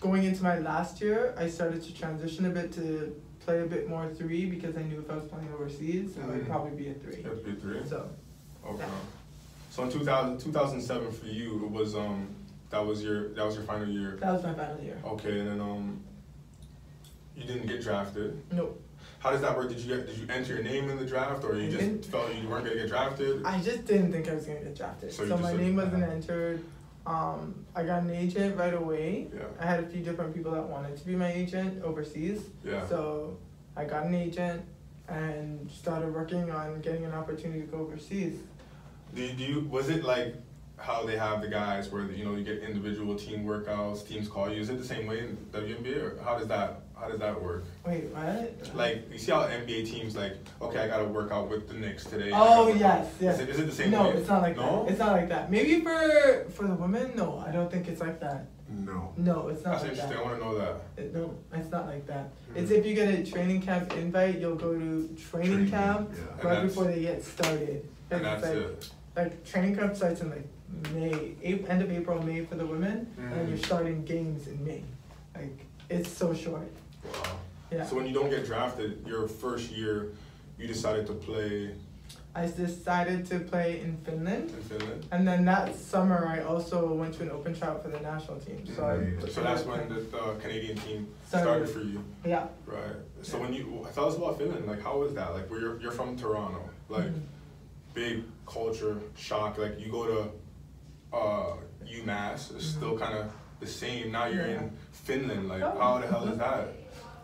Speaker 2: going into my last year, I started to transition a bit to play a bit more three because I knew if I was playing overseas, it would
Speaker 1: Mhm.
Speaker 2: probably be a three.
Speaker 1: You had to be a three.
Speaker 2: So
Speaker 1: Okay. So in 2000, 2007 for you, it was um that was your that was your final year.
Speaker 2: that was my final year.
Speaker 1: Okay, and then um you didn't get drafted.
Speaker 2: Nope.
Speaker 1: How does that work? Did you get did you enter your name in the draft, or you
Speaker 2: I
Speaker 1: just
Speaker 2: didn't.
Speaker 1: felt you weren't gonna get drafted?
Speaker 2: Mm-hmm. I just didn't think I was gonna get drafted.
Speaker 1: So
Speaker 2: So,
Speaker 1: you just
Speaker 2: my
Speaker 1: said,
Speaker 2: name wasn't
Speaker 1: "Nah."
Speaker 2: entered. Um, I got an agent right away.
Speaker 1: Yeah.
Speaker 2: I had a few different people that wanted to be my agent overseas.
Speaker 1: Yeah.
Speaker 2: So I got an agent and started working on getting an opportunity to go overseas.
Speaker 1: Do you, do you was it like how they have the guys where you know you get individual team workouts, teams call you? Is it the same way in WNBA, or how does that how does that work?
Speaker 2: Wait, what?
Speaker 1: Like you see how NBA teams like okay, I got to work out with the Knicks today. I
Speaker 2: Oh,
Speaker 1: gotta work
Speaker 2: yes,
Speaker 1: out-
Speaker 2: yes.
Speaker 1: Is it, is it the same?
Speaker 2: no,
Speaker 1: way?
Speaker 2: it's not like
Speaker 1: no?
Speaker 2: that. It's not like that. Maybe for for the women, no, I don't think it's like that.
Speaker 3: No.
Speaker 2: No, it's not
Speaker 1: That's
Speaker 2: like
Speaker 1: interesting. I
Speaker 2: that.
Speaker 1: want to know that.
Speaker 2: It- no, it's not like that.
Speaker 1: Hmm.
Speaker 2: It's if you get a training camp invite, you'll go to training,
Speaker 3: Training,
Speaker 2: camp
Speaker 3: yeah.
Speaker 2: right
Speaker 3: And
Speaker 1: that's-
Speaker 2: before they get started.
Speaker 1: And
Speaker 2: Like, it's
Speaker 1: that's
Speaker 2: like,
Speaker 1: it.
Speaker 2: like training camp starts in like May, April, end of April, May for the women, and then
Speaker 1: Mhm.
Speaker 2: you're starting games in May. Like it's so short.
Speaker 1: Wow.
Speaker 2: Yeah.
Speaker 1: So when you don't get drafted, your first year, you decided to play
Speaker 2: I decided to play in Finland,
Speaker 1: in Finland.
Speaker 2: and then that summer I also went to an open trial for the national team. So I,
Speaker 3: Mhm.
Speaker 1: Hmm. So that's when the, the Canadian team started
Speaker 2: Started.
Speaker 1: for you,
Speaker 2: yeah.
Speaker 1: right? So when you tell us about Finland, like how was that? Like where you're, you're from Toronto, like
Speaker 2: Mhm.
Speaker 1: big culture shock. Like you go to uh, UMass, it's still kind of the same. Now you're
Speaker 2: Mm-hmm.
Speaker 1: in
Speaker 2: Yeah.
Speaker 1: Finland. Like
Speaker 2: Oh.
Speaker 1: how the hell is that?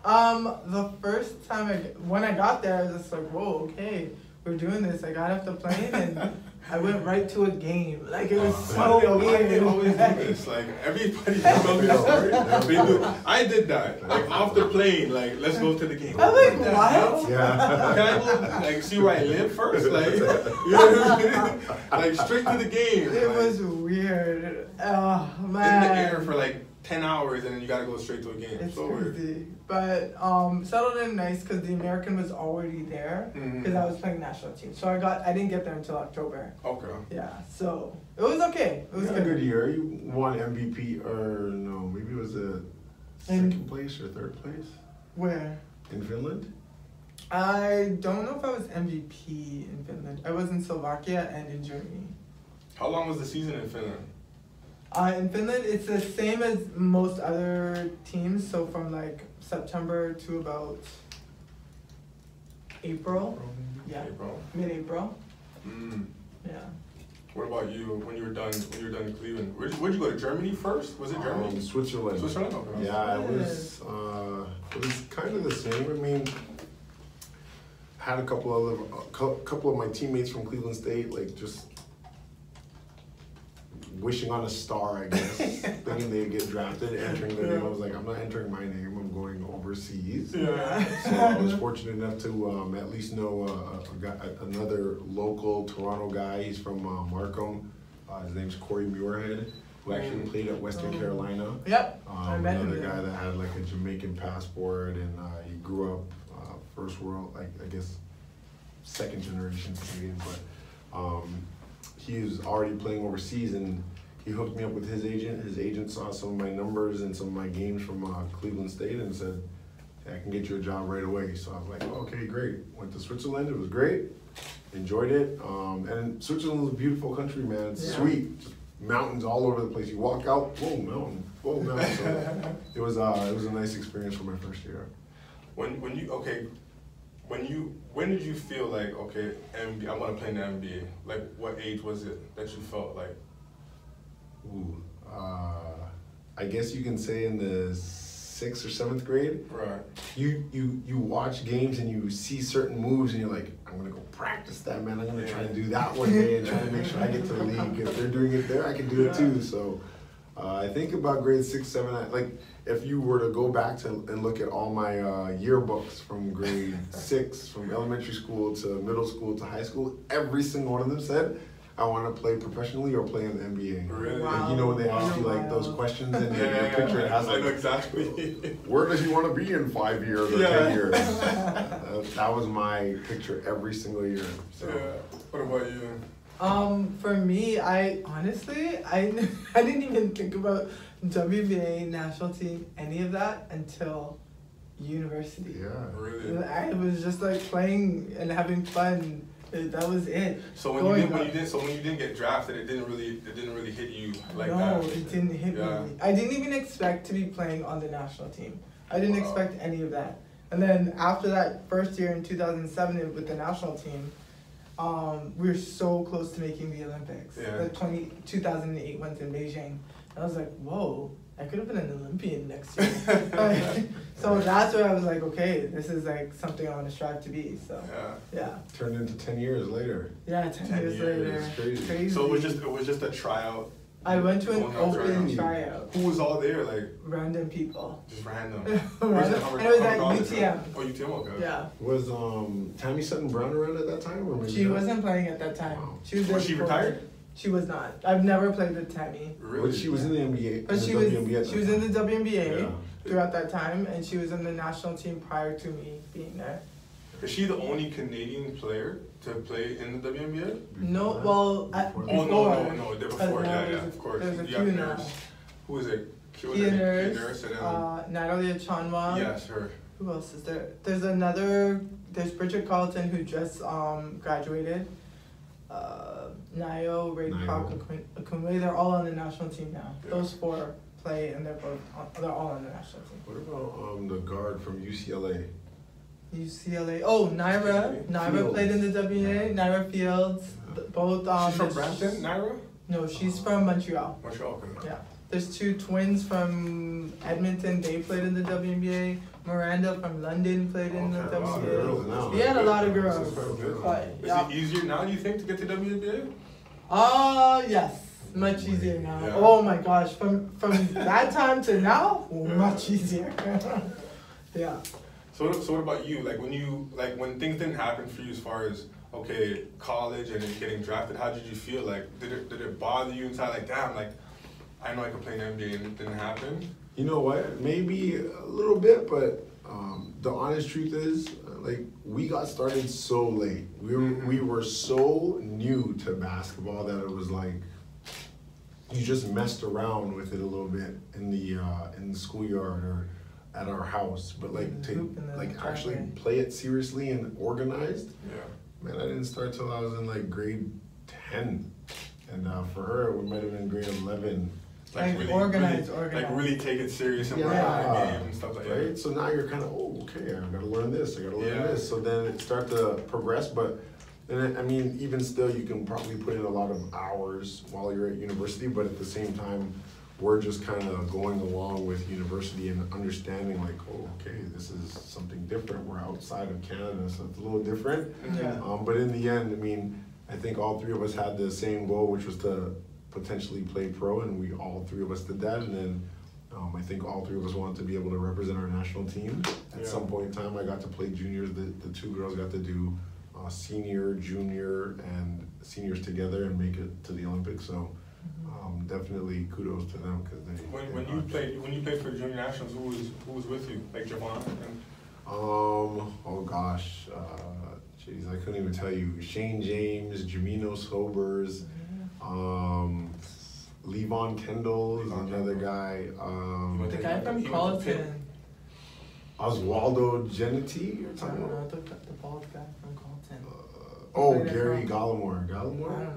Speaker 2: Um, the first time I when I got there, I was just like, whoa, okay, we're doing this. I got off the plane and I went right to a game. Like it was
Speaker 1: Why
Speaker 2: so
Speaker 1: do they- Oh, why do
Speaker 2: weird.
Speaker 1: they always do this? Like everybody tells me
Speaker 3: Yeah.
Speaker 1: that story. They do. I did that. Like off the plane. Like let's go to the game.
Speaker 2: I'm like,
Speaker 1: the
Speaker 2: what?
Speaker 1: hell? Can
Speaker 3: Yeah.
Speaker 1: I go, like see where I live first? Like, you know what I mean? like straight to the game.
Speaker 2: It
Speaker 1: like,
Speaker 2: was weird. Oh
Speaker 1: in
Speaker 2: man.
Speaker 1: the air for like ten hours, and then you gotta go straight to a game.
Speaker 2: It's
Speaker 1: so weird.
Speaker 2: crazy. But um, settled in nice because the American was already there
Speaker 1: Mhm.
Speaker 2: because I was playing national team. So I got I didn't get there until October.
Speaker 1: Okay.
Speaker 2: Yeah, so it was okay. It was
Speaker 3: you had a
Speaker 2: good.
Speaker 3: good year. You won MVP or no? Maybe it was a
Speaker 2: And-
Speaker 3: second place or third place
Speaker 2: Where
Speaker 3: in Finland.
Speaker 2: I don't know if I was MVP in Finland. I was in Slovakia and in Germany.
Speaker 1: How long was the season in Finland?
Speaker 2: Uh, in Finland, it's the same as most other teams. So from like September to about April. Yeah,
Speaker 1: April.
Speaker 2: mid-April.
Speaker 1: Mm.
Speaker 2: Yeah.
Speaker 1: What about you? When you were done, when you were done in Cleveland, where'd, where'd you go to Germany first? Was it
Speaker 3: Um,
Speaker 1: Germany?
Speaker 3: Switzerland.
Speaker 1: Switzerland. Okay.
Speaker 3: Yeah, it was. Uh, it was kind of the same. I mean, had a couple of a cou- couple of my teammates from Cleveland State, like just wishing on a star, I guess, thinking they'd get drafted, entering their name. I was like, I'm not entering my name. I'm going overseas.
Speaker 1: Yeah.
Speaker 3: So I was fortunate enough to um, at least know uh, a guy, another local Toronto guy. He's from uh, Markham. Uh, his name's Corey Muirhead, who actually
Speaker 1: Mm.
Speaker 3: played at Western
Speaker 2: Oh.
Speaker 3: Carolina.
Speaker 2: Yep. I
Speaker 3: Um,
Speaker 2: met him
Speaker 3: another
Speaker 2: there.
Speaker 3: guy that had like a Jamaican passport and uh, he grew up uh, first world, like I guess second generation Canadian, but um, he was already playing overseas and he hooked me up with his agent. His agent saw some of my numbers and some of my games from uh, Cleveland State and said, "Hey, I can get you a job right away. So I was like, okay, great. Went to Switzerland, it was great, enjoyed it. Um, and Switzerland's a beautiful country, man. It's
Speaker 2: Yeah.
Speaker 3: sweet. Just mountains all over the place. You walk out, whoa, mountain, whoa, mountain. So it was uh, it was a nice experience for my first year.
Speaker 1: When when you okay, when you when did you feel like okay, NBA, I want to play in the NBA? Like what age was it that you felt like?
Speaker 3: Ooh, uh, I guess you can say in the sixth or seventh grade,
Speaker 1: Right.
Speaker 3: you you you watch games and you see certain moves and you're like, I'm gonna go practice that, man. I'm gonna try to do that one day and try to make sure I get to the league. If they're doing it there, I can do it too. So. Uh, I think about grade six, seven. I, like, if you were to go back to and look at all my uh, yearbooks from grade six, from elementary school to middle school to high school, every single one of them said, I want to play professionally or play in the NBA.
Speaker 1: Really?
Speaker 3: Like, you know, when they ask you like those
Speaker 2: Wow.
Speaker 3: questions and
Speaker 1: Yeah,
Speaker 3: your
Speaker 1: yeah,
Speaker 3: picture
Speaker 1: yeah.
Speaker 3: has
Speaker 1: I know
Speaker 3: like
Speaker 1: exactly.
Speaker 3: where does he want to be in five years or
Speaker 1: Yeah.
Speaker 3: ten years? Uh, that was my picture every single year. So
Speaker 1: yeah. What about you?
Speaker 2: Um, for me, I honestly, I, I didn't even think about WBA national team, any of that until university.
Speaker 3: yeah.
Speaker 1: Really?
Speaker 2: I was just like playing and having fun. Uh, That was it.
Speaker 1: So when you
Speaker 2: Going
Speaker 1: did, when
Speaker 2: up.
Speaker 1: you did, so when you didn't get drafted, it didn't really, it didn't really hit you like
Speaker 2: no,
Speaker 1: that.
Speaker 2: it didn't hit
Speaker 1: Yeah.
Speaker 2: me. I didn't even expect to be playing on the national team. I didn't
Speaker 1: Wow.
Speaker 2: expect any of that. And then after that first year in 2007 with the national team, um, we were so close to making the Olympics.
Speaker 1: Yeah.
Speaker 2: The 20, 2008 ones in Beijing. And I was like, whoa, I could have been an Olympian next year. Like, so that's where I was like, okay, this is like something I want to strive to be. So
Speaker 1: Yeah.
Speaker 2: yeah,
Speaker 3: Turned into ten years later.
Speaker 2: yeah, 10,
Speaker 1: 10
Speaker 2: years,
Speaker 1: years,
Speaker 2: later.
Speaker 3: it's crazy.
Speaker 1: So it was just, it was just a tryout.
Speaker 2: I went to an
Speaker 1: Going out
Speaker 2: open
Speaker 1: tryout.
Speaker 2: tryout.
Speaker 1: Who was all there? Like
Speaker 2: Random people.
Speaker 1: just random.
Speaker 2: Random.
Speaker 1: Where's the
Speaker 2: And it was at
Speaker 1: Howard- Howard
Speaker 2: UTM.
Speaker 1: College? Oh, UTM. Okay.
Speaker 2: Yeah.
Speaker 3: Was um Tammy Sutton Brown around at that time or maybe
Speaker 2: She
Speaker 3: not?
Speaker 2: wasn't playing at that time.
Speaker 3: Wow.
Speaker 2: She was,
Speaker 1: Was
Speaker 2: just
Speaker 1: she
Speaker 2: cool.
Speaker 1: retired?
Speaker 2: She was not. I've never played with Tammy.
Speaker 1: Really?
Speaker 3: But she was in the NBA.
Speaker 2: But
Speaker 3: in
Speaker 2: she
Speaker 3: the
Speaker 2: was
Speaker 3: WNBA at
Speaker 2: she
Speaker 3: that
Speaker 2: was
Speaker 3: time.
Speaker 2: in the WNBA
Speaker 3: Yeah.
Speaker 2: throughout that time and she was in the national team prior to me being there.
Speaker 1: Is she the only Canadian player to play in the WNBA?
Speaker 2: No well at,
Speaker 3: Before.
Speaker 2: before
Speaker 1: Oh, no, no, no, they're before,
Speaker 2: Because now
Speaker 1: yeah, yeah,
Speaker 2: there's a-
Speaker 1: of course.
Speaker 2: there's a
Speaker 1: You have
Speaker 2: few
Speaker 1: Nurse.
Speaker 2: now.
Speaker 1: Who is it? Kia
Speaker 2: Kia Nurse,
Speaker 1: Nurse, and then,
Speaker 2: uh, Natalia Chanwa.
Speaker 1: yes, her.
Speaker 2: Who else is there? There's another there's Bridget Carlton who just um graduated. Uh Nio, Ray
Speaker 3: Nayo.
Speaker 2: Kroc, Akum- Akumwe, they're all on the national team now.
Speaker 1: Yeah.
Speaker 2: Those four play and they're both on, they're all on the national team.
Speaker 3: What about um the guard from UCLA?
Speaker 2: UCLA. Oh, Naira. Naira
Speaker 3: Fields.
Speaker 2: played in the WNBA. Naira Fields. B- Both. Um,
Speaker 1: She's from
Speaker 2: there's-
Speaker 1: Brampton, Naira?
Speaker 2: No, she's from Montreal.
Speaker 1: Montreal, okay.
Speaker 2: Yeah. There's two twins from Edmonton. They played in the WNBA. Miranda from London played in the
Speaker 1: Okay, wow,
Speaker 2: WNBA.
Speaker 1: girls
Speaker 3: now.
Speaker 2: We had a lot of
Speaker 1: This
Speaker 2: girls.
Speaker 1: is so good.
Speaker 2: But,
Speaker 1: Is
Speaker 2: yeah.
Speaker 1: it easier now, do you think, to get to WNBA?
Speaker 2: Uh, yes. Much easier now.
Speaker 1: Yeah.
Speaker 2: Oh my gosh. From from that time to now, much easier. yeah.
Speaker 1: So, what- so what about you? Like when you, like when things didn't happen for you as far as, okay, college and then getting drafted, how did you feel? Like, did it, did it bother you inside? Like, damn, like, I know I could play in the NBA and it didn't happen?
Speaker 3: You know what? Maybe a little bit, but um, the honest truth is, uh, like, we got started so late. We were, we were so new to basketball that it was like you just messed around with it a little bit in the uh, in the schoolyard or at our house. But like to
Speaker 2: Hoop and then
Speaker 3: like
Speaker 2: try
Speaker 3: actually
Speaker 2: again.
Speaker 3: play it seriously and organized,
Speaker 1: Yeah.
Speaker 3: man, I didn't start till I was in like grade ten, and uh, for her, we might have been grade eleven.
Speaker 2: Like, organize,
Speaker 1: really, Like
Speaker 2: organize.
Speaker 1: really take it serious and work on the
Speaker 3: Yeah.
Speaker 1: game and stuff like
Speaker 3: Right?
Speaker 1: that.
Speaker 3: So now you're kind of, oh, okay, I gotta learn this, I gotta learn
Speaker 1: Yeah.
Speaker 3: this. So then it start to progress, but and I I mean, even still, you can probably put in a lot of hours while you're at university, but at the same time, we're just kind of going along with university and understanding, like, oh, okay, this is something different. We're outside of Canada, so it's a little different.
Speaker 2: Yeah.
Speaker 3: Um, but in the end, I mean, I think all three of us had the same goal, which was to potentially play pro, and we all three of us did that. And then um, I think all three of us wanted to be able to represent our national team. At
Speaker 1: Yeah.
Speaker 3: some point in time, I got to play juniors. The, the two girls got to do uh, senior, junior, and seniors together and make it to the Olympics. So um, definitely kudos to them because they.
Speaker 1: When,
Speaker 3: they
Speaker 1: when you
Speaker 3: knocked it.
Speaker 1: played, when you played for junior nationals, who was, who was with you? Like Javon? And,
Speaker 3: Um. Oh gosh. Uh, Jeez, I couldn't even tell you. Shane James, Jamino Sobers, um, Levon Kendall is
Speaker 1: Levon
Speaker 3: another
Speaker 1: Kendall.
Speaker 3: guy.
Speaker 1: You
Speaker 3: Um,
Speaker 1: went
Speaker 2: The guy from
Speaker 1: He went to Pitt.
Speaker 2: Carlton.
Speaker 3: Oswaldo Genity. You're
Speaker 2: I
Speaker 3: talking
Speaker 2: don't
Speaker 3: about?
Speaker 2: know the, the bald guy from Carlton.
Speaker 1: Uh,
Speaker 3: Oh,
Speaker 2: Who played at
Speaker 3: Gary
Speaker 2: Cal-
Speaker 3: Gallimore.
Speaker 2: I
Speaker 3: Gallimore.
Speaker 2: don't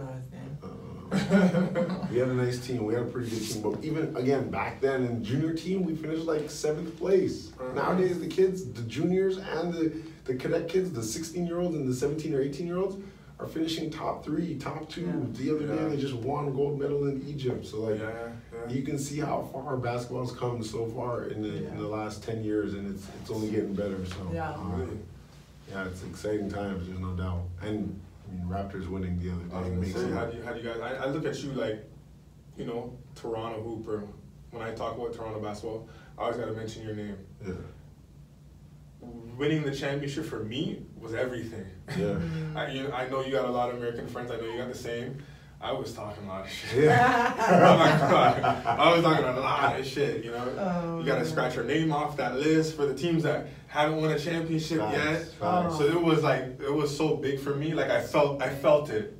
Speaker 2: know his name.
Speaker 3: Uh, we had a nice team. We had a pretty good team, but even again back then in junior team, we finished like seventh place.
Speaker 1: Uh-huh.
Speaker 3: Nowadays, the kids, the juniors and the the cadet kids, the sixteen year olds and the seventeen or eighteen year olds, are finishing top three, top two.
Speaker 2: Yeah.
Speaker 3: The other
Speaker 1: Yeah.
Speaker 3: day, they just won gold medal in Egypt. So like,
Speaker 1: yeah, yeah.
Speaker 3: you can see how far basketball's come so far in the in the last ten years, and it's it's only getting better. So
Speaker 2: Yeah.
Speaker 3: uh,
Speaker 1: Really?
Speaker 3: yeah, it's exciting times. There's no doubt, and. I mean, Raptors winning the
Speaker 1: I was
Speaker 3: other day
Speaker 1: gonna
Speaker 3: makes
Speaker 1: say,
Speaker 3: it.
Speaker 1: how do you, how do you guys? I, I look at you like, you know, Toronto Hooper. When I talk about Toronto basketball, I always gotta mention your name.
Speaker 3: Yeah.
Speaker 1: Winning the championship for me was everything.
Speaker 3: Yeah.
Speaker 1: I, you, I know you got a lot of American friends. I know you got the same. I was talking a lot of shit.
Speaker 3: Yeah.
Speaker 1: oh my god, I was talking a lot of shit. You know,
Speaker 2: Oh,
Speaker 1: you gotta
Speaker 2: man.
Speaker 1: scratch your name off that list for the teams that haven't won a championship
Speaker 3: Facts,
Speaker 1: yet.
Speaker 3: facts.
Speaker 2: Oh.
Speaker 1: So it was like it was so big for me. Like I felt, I felt it.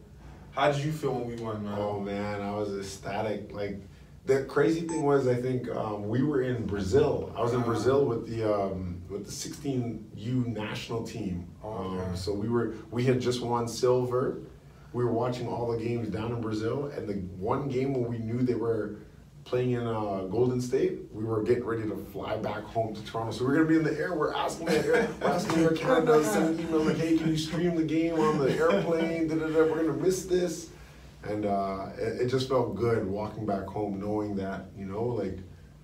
Speaker 1: How did you feel when we won, man?
Speaker 3: Oh man, I was ecstatic. Like the crazy thing was, I think um, we were in Brazil. I was
Speaker 1: Ah.
Speaker 3: in Brazil with the um, with the 16U national team.
Speaker 1: Oh,
Speaker 3: um,
Speaker 1: okay.
Speaker 3: So we were we had just won silver. We were watching all the games down in Brazil, and the one game when we knew they were playing in uh, Golden State, we were getting ready to fly back home to Toronto. So we we're gonna be in the air. We're asking the air, we're asking Air Canada, sending email like, hey, can you stream the game on the airplane? Da, da, da, we're gonna miss this. And uh, it, it just felt good walking back home, knowing that you know, like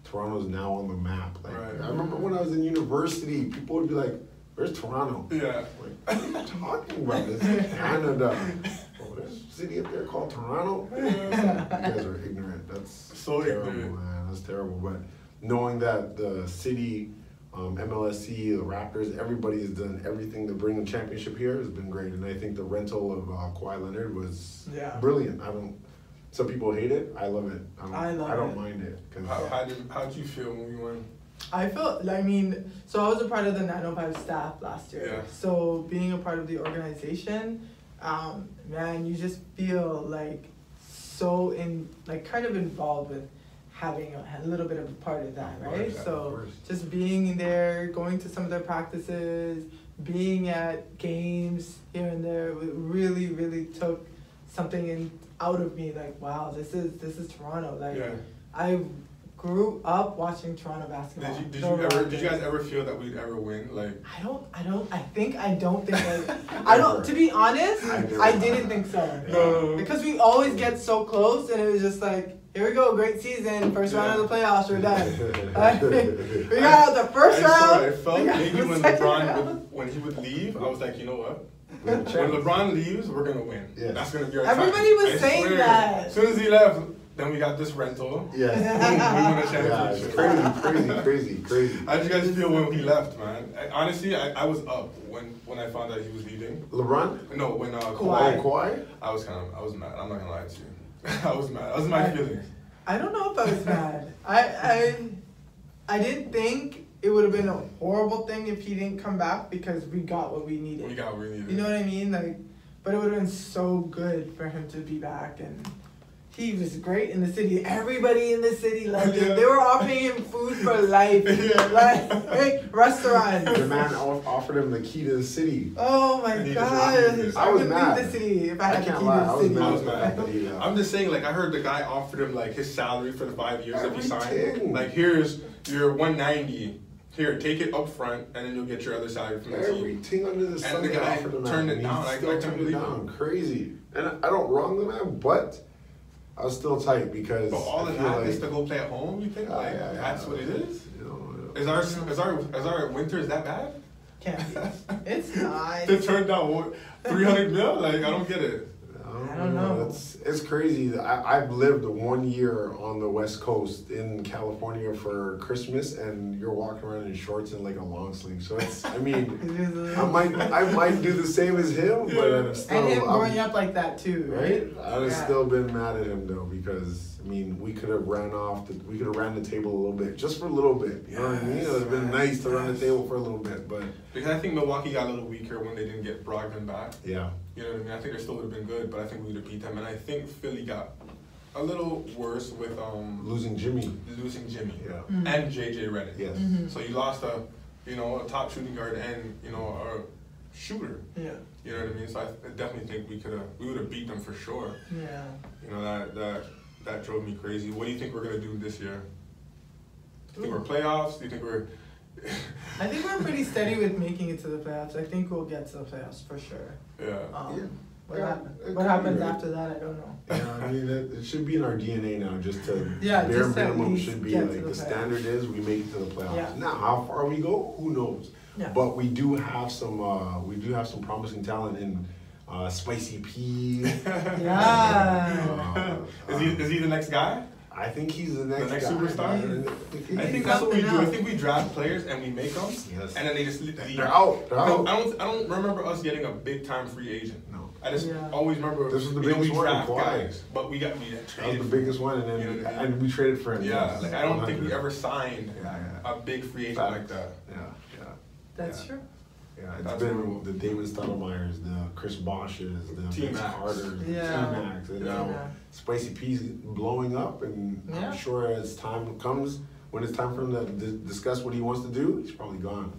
Speaker 3: Toronto's now on the map. Like
Speaker 1: Right.
Speaker 3: I remember when I was in university, people would be like, "Where's Toronto?"
Speaker 1: Yeah.
Speaker 3: Like, what are you talking about? This is Canada. Oh, there's a city up there called Toronto. You guys are ignorant. That's
Speaker 1: So
Speaker 3: terrible,
Speaker 1: ignorant.
Speaker 3: man. That's terrible. But knowing that the city, um, MLSC, the Raptors, everybody has done everything to bring the championship here has been great. And I think the rental of uh, Kawhi Leonard was
Speaker 2: Yeah.
Speaker 3: brilliant. I don't. Some people hate it. I love it. I don't,
Speaker 2: I love
Speaker 3: don't
Speaker 2: it.
Speaker 3: mind it because
Speaker 1: How, how did how did you feel when we won?
Speaker 2: I felt, I mean, so I was a part of the 905 staff last year.
Speaker 1: Yeah.
Speaker 2: So being a part of the organization, um, man, you just feel like so in, like kind of involved with having a, a little bit of a part of that,
Speaker 3: Of course,
Speaker 2: right?
Speaker 3: yeah, of
Speaker 2: so
Speaker 3: course.
Speaker 2: just being in there, going to some of their practices, being at games here and there, it really, really took something in out of me like wow this is this is toronto like
Speaker 1: Yeah.
Speaker 2: I grew up watching Toronto basketball.
Speaker 1: Did you did
Speaker 2: The
Speaker 1: you ever did you
Speaker 2: Raptors.
Speaker 1: guys ever feel that we'd ever win? Like
Speaker 2: I don't. I don't. I think. I don't think. I, I don't. To be honest,
Speaker 3: I never
Speaker 2: I,
Speaker 3: thought
Speaker 2: didn't
Speaker 3: that.
Speaker 2: think so.
Speaker 1: No.
Speaker 2: Because we always get so close, and it was just like, here we go, great season, first round of the playoffs, we're done. Like, we got out the first
Speaker 1: I
Speaker 2: round.
Speaker 1: swear, I felt
Speaker 2: we got
Speaker 1: maybe
Speaker 2: out the
Speaker 1: when
Speaker 2: second
Speaker 1: LeBron
Speaker 2: round.
Speaker 1: would, when he would leave, I was like, you know what?
Speaker 3: We have a
Speaker 1: When
Speaker 3: chance.
Speaker 1: LeBron leaves, we're gonna win.
Speaker 3: Yes.
Speaker 1: That's gonna be our.
Speaker 2: Everybody
Speaker 1: time.
Speaker 2: was
Speaker 1: I
Speaker 2: saying
Speaker 1: swear.
Speaker 2: that.
Speaker 1: As soon as he left, then we got this rental.
Speaker 3: Yes.
Speaker 1: Boom, we won a
Speaker 3: yeah, it's
Speaker 1: championship.
Speaker 3: crazy, crazy, crazy, crazy.
Speaker 1: How did you guys feel when we left, man? I, honestly, I, I was up when when I found out he was leaving.
Speaker 3: LeBron?
Speaker 1: No, when uh,
Speaker 2: Kawhi.
Speaker 1: Kawhi.
Speaker 3: Oh, Kawhi?
Speaker 1: I was kind of I was mad. I'm not gonna lie to you. I was mad. I was in my feelings.
Speaker 2: I don't know if I was mad. I I I didn't think it would have been a horrible thing if he didn't come back because we got what we needed.
Speaker 1: We got really.
Speaker 2: You know what I mean? Like, but it would have been so good for him to be back, and he was great in the city. Everybody in the city loved him.
Speaker 1: Yeah.
Speaker 2: They were offering him food for life,
Speaker 1: Yeah.
Speaker 2: like
Speaker 3: The
Speaker 2: restaurants.
Speaker 3: man off- offered him the key to the city.
Speaker 2: Oh my
Speaker 1: And he just
Speaker 2: god!
Speaker 1: wanted to do it.
Speaker 2: I
Speaker 3: I was
Speaker 2: would
Speaker 3: mad.
Speaker 2: leave the city if I
Speaker 3: I
Speaker 2: had to
Speaker 3: can't
Speaker 2: keep
Speaker 3: lie,
Speaker 2: the
Speaker 3: I was
Speaker 2: city.
Speaker 3: mad.
Speaker 1: I was mad.
Speaker 3: But he left.
Speaker 1: I'm just saying, like I heard the guy offered him like his salary for the five years if he signed.
Speaker 3: Everything.
Speaker 1: Like here's your 190. Here, take it up front, and then you'll get your other salary from the team.
Speaker 3: Everything under the sun
Speaker 1: the
Speaker 3: they
Speaker 1: guy
Speaker 3: offered him
Speaker 1: turned
Speaker 3: at,
Speaker 1: it
Speaker 3: and he
Speaker 1: down. I-
Speaker 3: still
Speaker 1: I couldn't
Speaker 3: turned it
Speaker 1: believe it.
Speaker 3: down. Crazy. And I I don't wrong the man, but I was still tight because
Speaker 1: But all
Speaker 3: I
Speaker 1: of
Speaker 3: feel
Speaker 1: that is
Speaker 3: like-
Speaker 1: to go play at home. You think
Speaker 3: Yeah,
Speaker 1: like
Speaker 3: yeah, yeah.
Speaker 1: that's what it is?
Speaker 3: You know,
Speaker 1: Is our is our is our winter is that bad?
Speaker 2: Can't be. It's not.
Speaker 1: to turn down 300 mil? Like, I don't get it.
Speaker 2: I don't know.
Speaker 3: It's it's crazy. that I, I've lived one year on the West Coast in California for Christmas, and you're walking around in shorts and like a long sleeve. So it's. I mean, I might I might do the same as him, but
Speaker 1: Yeah.
Speaker 3: I'm still.
Speaker 2: and him
Speaker 3: I'm-
Speaker 2: growing up like that too, right?
Speaker 3: Right? I'd have
Speaker 2: Yeah.
Speaker 3: still been mad at him though because I mean we could have ran off the we could have ran the table a little bit just for a little bit. You know what I mean? It would have been
Speaker 1: Yes,
Speaker 3: nice to run the
Speaker 1: yes.
Speaker 3: table for a little bit, but
Speaker 1: Because I think Milwaukee got a little weaker when they didn't get Brogdon back.
Speaker 3: yeah.
Speaker 1: You know what I mean? I think they still would have been good, but I think we would have beat them. And I think Philly got a little worse with um,
Speaker 3: Losing Jimmy.
Speaker 1: losing Jimmy
Speaker 3: Yeah.
Speaker 2: Mm-hmm.
Speaker 1: and JJ Redick.
Speaker 3: Yes.
Speaker 1: So you lost a, you know, a top shooting guard and you know a shooter.
Speaker 2: Yeah.
Speaker 1: You know what I mean? So I definitely think we could have we would have beat them for sure.
Speaker 2: Yeah.
Speaker 1: You know that that that drove me crazy. What do you think we're gonna do this year? Do you think we're playoffs? Do you think we're?
Speaker 2: I think we're pretty steady with making it to the playoffs. I think we'll get to the playoffs for sure.
Speaker 1: yeah.
Speaker 2: Um,
Speaker 3: Yeah.
Speaker 2: What,
Speaker 3: Yeah,
Speaker 2: hap-
Speaker 3: it
Speaker 2: what
Speaker 3: could be
Speaker 2: happens
Speaker 3: right.
Speaker 2: after that, I don't know.
Speaker 3: You know, I mean, it, it should be in our DNA now, just to
Speaker 2: Yeah,
Speaker 3: bare
Speaker 2: just at
Speaker 3: minimum
Speaker 2: least
Speaker 3: should be
Speaker 2: get to
Speaker 3: like the,
Speaker 2: the playoffs.
Speaker 3: standard is we make it to the playoffs.
Speaker 2: Yeah.
Speaker 3: Now, how far we go, who knows?
Speaker 2: Yeah.
Speaker 3: But we do have some, uh, we do have some promising talent in uh, Spicy P.
Speaker 2: Yeah.
Speaker 3: Uh,
Speaker 1: Is he is he the next guy?
Speaker 3: I think he's the next,
Speaker 1: next
Speaker 3: guy.
Speaker 1: superstar? I
Speaker 2: He's
Speaker 1: think that's what we do.
Speaker 2: something
Speaker 1: I
Speaker 2: else.
Speaker 1: think we draft players and we make them,
Speaker 3: Yes.
Speaker 1: and then they just leave.
Speaker 3: They're out. They're
Speaker 1: No,
Speaker 3: out.
Speaker 1: I don't. I don't remember us getting a big time free agent.
Speaker 3: No.
Speaker 1: I just
Speaker 2: Yeah.
Speaker 1: always remember
Speaker 3: This was the
Speaker 1: you know, we
Speaker 3: biggest one in
Speaker 1: draft
Speaker 3: Kawhi.
Speaker 1: guys, but we got we got
Speaker 3: That was
Speaker 1: traded.
Speaker 3: the biggest one, and then
Speaker 1: You know what I mean?
Speaker 3: and we traded for him.
Speaker 1: Yeah,
Speaker 3: yes,
Speaker 1: like I don't think we
Speaker 3: 100.
Speaker 1: ever signed
Speaker 3: Yeah, yeah.
Speaker 1: a big free agent like
Speaker 3: Facts.
Speaker 1: that.
Speaker 3: Yeah, yeah.
Speaker 2: That's
Speaker 3: Yeah.
Speaker 2: true.
Speaker 3: Yeah, it's
Speaker 1: That's
Speaker 3: been
Speaker 1: brutal.
Speaker 3: the David Stoudemire's, the Chris Bosch's, the Vince
Speaker 1: T-Max.
Speaker 3: Carter's, the
Speaker 2: Yeah.
Speaker 3: T-Max, you know,
Speaker 2: Yeah.
Speaker 3: Spicy P's blowing up, and
Speaker 2: Yeah.
Speaker 3: I'm sure as time comes, when it's time for him to d- discuss what he wants to do, he's probably gone.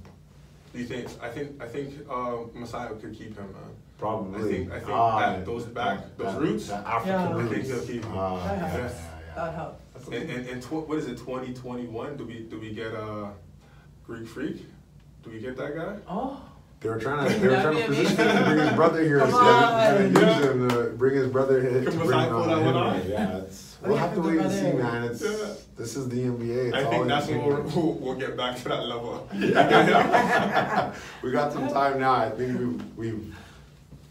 Speaker 1: Do you think? I think I think uh, Messiah could keep him, man.
Speaker 3: Probably. Ah,
Speaker 1: I think- I think that- those back- those roots,
Speaker 3: that
Speaker 2: Yeah. Uh,
Speaker 3: African
Speaker 2: I
Speaker 1: think
Speaker 3: roots.
Speaker 1: they'll keep him.
Speaker 3: Ah, yeah,
Speaker 2: That
Speaker 3: yeah,
Speaker 1: helps.
Speaker 3: yeah.
Speaker 2: That helped.
Speaker 1: And, and, and tw- what is it? Twenty twenty one? Do we do we get uh, Greek Freak? Do we get that guy?
Speaker 2: Oh,
Speaker 3: They were trying to, they were trying to
Speaker 2: That'd be
Speaker 3: position him to bring his brother here.
Speaker 2: Come
Speaker 3: so they were
Speaker 2: on.
Speaker 3: trying to use him to bring his brother here. to
Speaker 1: Can
Speaker 3: bring
Speaker 1: Masai pull that
Speaker 3: him
Speaker 1: one
Speaker 3: in.
Speaker 1: off?
Speaker 3: Yeah, it's,
Speaker 2: Oh,
Speaker 3: we'll
Speaker 2: yeah,
Speaker 3: have to
Speaker 2: put the
Speaker 3: wait and
Speaker 2: brother
Speaker 3: see,
Speaker 2: in.
Speaker 3: man. It's
Speaker 1: Yeah.
Speaker 3: this is the NBA. It's
Speaker 1: I
Speaker 3: all
Speaker 1: think
Speaker 3: in
Speaker 1: that's
Speaker 3: the
Speaker 1: when we'll,
Speaker 3: fingers.
Speaker 1: we'll, we'll get back to that level.
Speaker 3: Yeah. we got some time now. I think we've, we've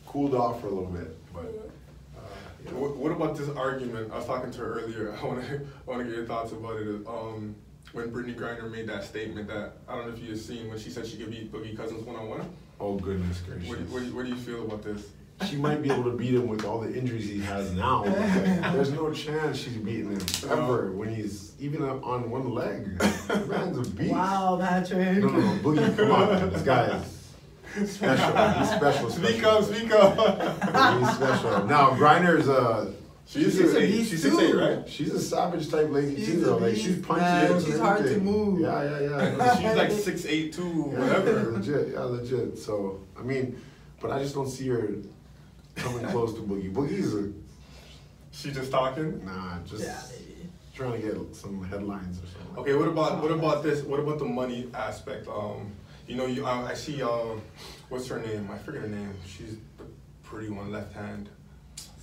Speaker 3: cooled off for a little bit, but uh, yeah.
Speaker 1: What, what about this argument? I was talking to her earlier. I want to want to get your thoughts about it. Um, when Brittany Griner made that statement that I don't know if you've seen when she said she could beat Boogie Cousins one on one.
Speaker 3: oh goodness gracious.
Speaker 1: What do you- what do you- what do you feel about this?
Speaker 3: She might be able to beat him with all the injuries he has now. but There's no chance she's beating him ever when he's even on one leg. Man's a beast.
Speaker 2: wow, Patrick.
Speaker 3: No, no, no, Boogie, come on, man. This guy is special. He's special. special.
Speaker 1: Speak up, speak up.
Speaker 3: He's special. Now, Griner's a.
Speaker 1: She's,
Speaker 3: She's
Speaker 1: six
Speaker 3: a
Speaker 1: eight.
Speaker 2: beast
Speaker 1: She's six eight,
Speaker 2: too.
Speaker 1: right?
Speaker 3: She's a savage type lady
Speaker 2: She's
Speaker 3: too,
Speaker 2: a
Speaker 3: though. Like
Speaker 2: beast,
Speaker 3: she's punchy.
Speaker 2: man.
Speaker 3: and
Speaker 2: She's hard to
Speaker 3: everything.
Speaker 2: move.
Speaker 3: Yeah, yeah, yeah. No,
Speaker 1: She's like six eight two,
Speaker 3: yeah,
Speaker 1: whatever.
Speaker 3: legit, yeah, legit. So I mean, but I just don't see her coming close to Boogie. Boogie's a
Speaker 1: She just talking.
Speaker 3: nah, just
Speaker 2: Yeah, baby.
Speaker 3: trying to get some headlines or something.
Speaker 1: Okay, what about what about this? What about the money aspect? Um, you know, you I, I see um, what's her name? I forget her name. She's the pretty one, left hand.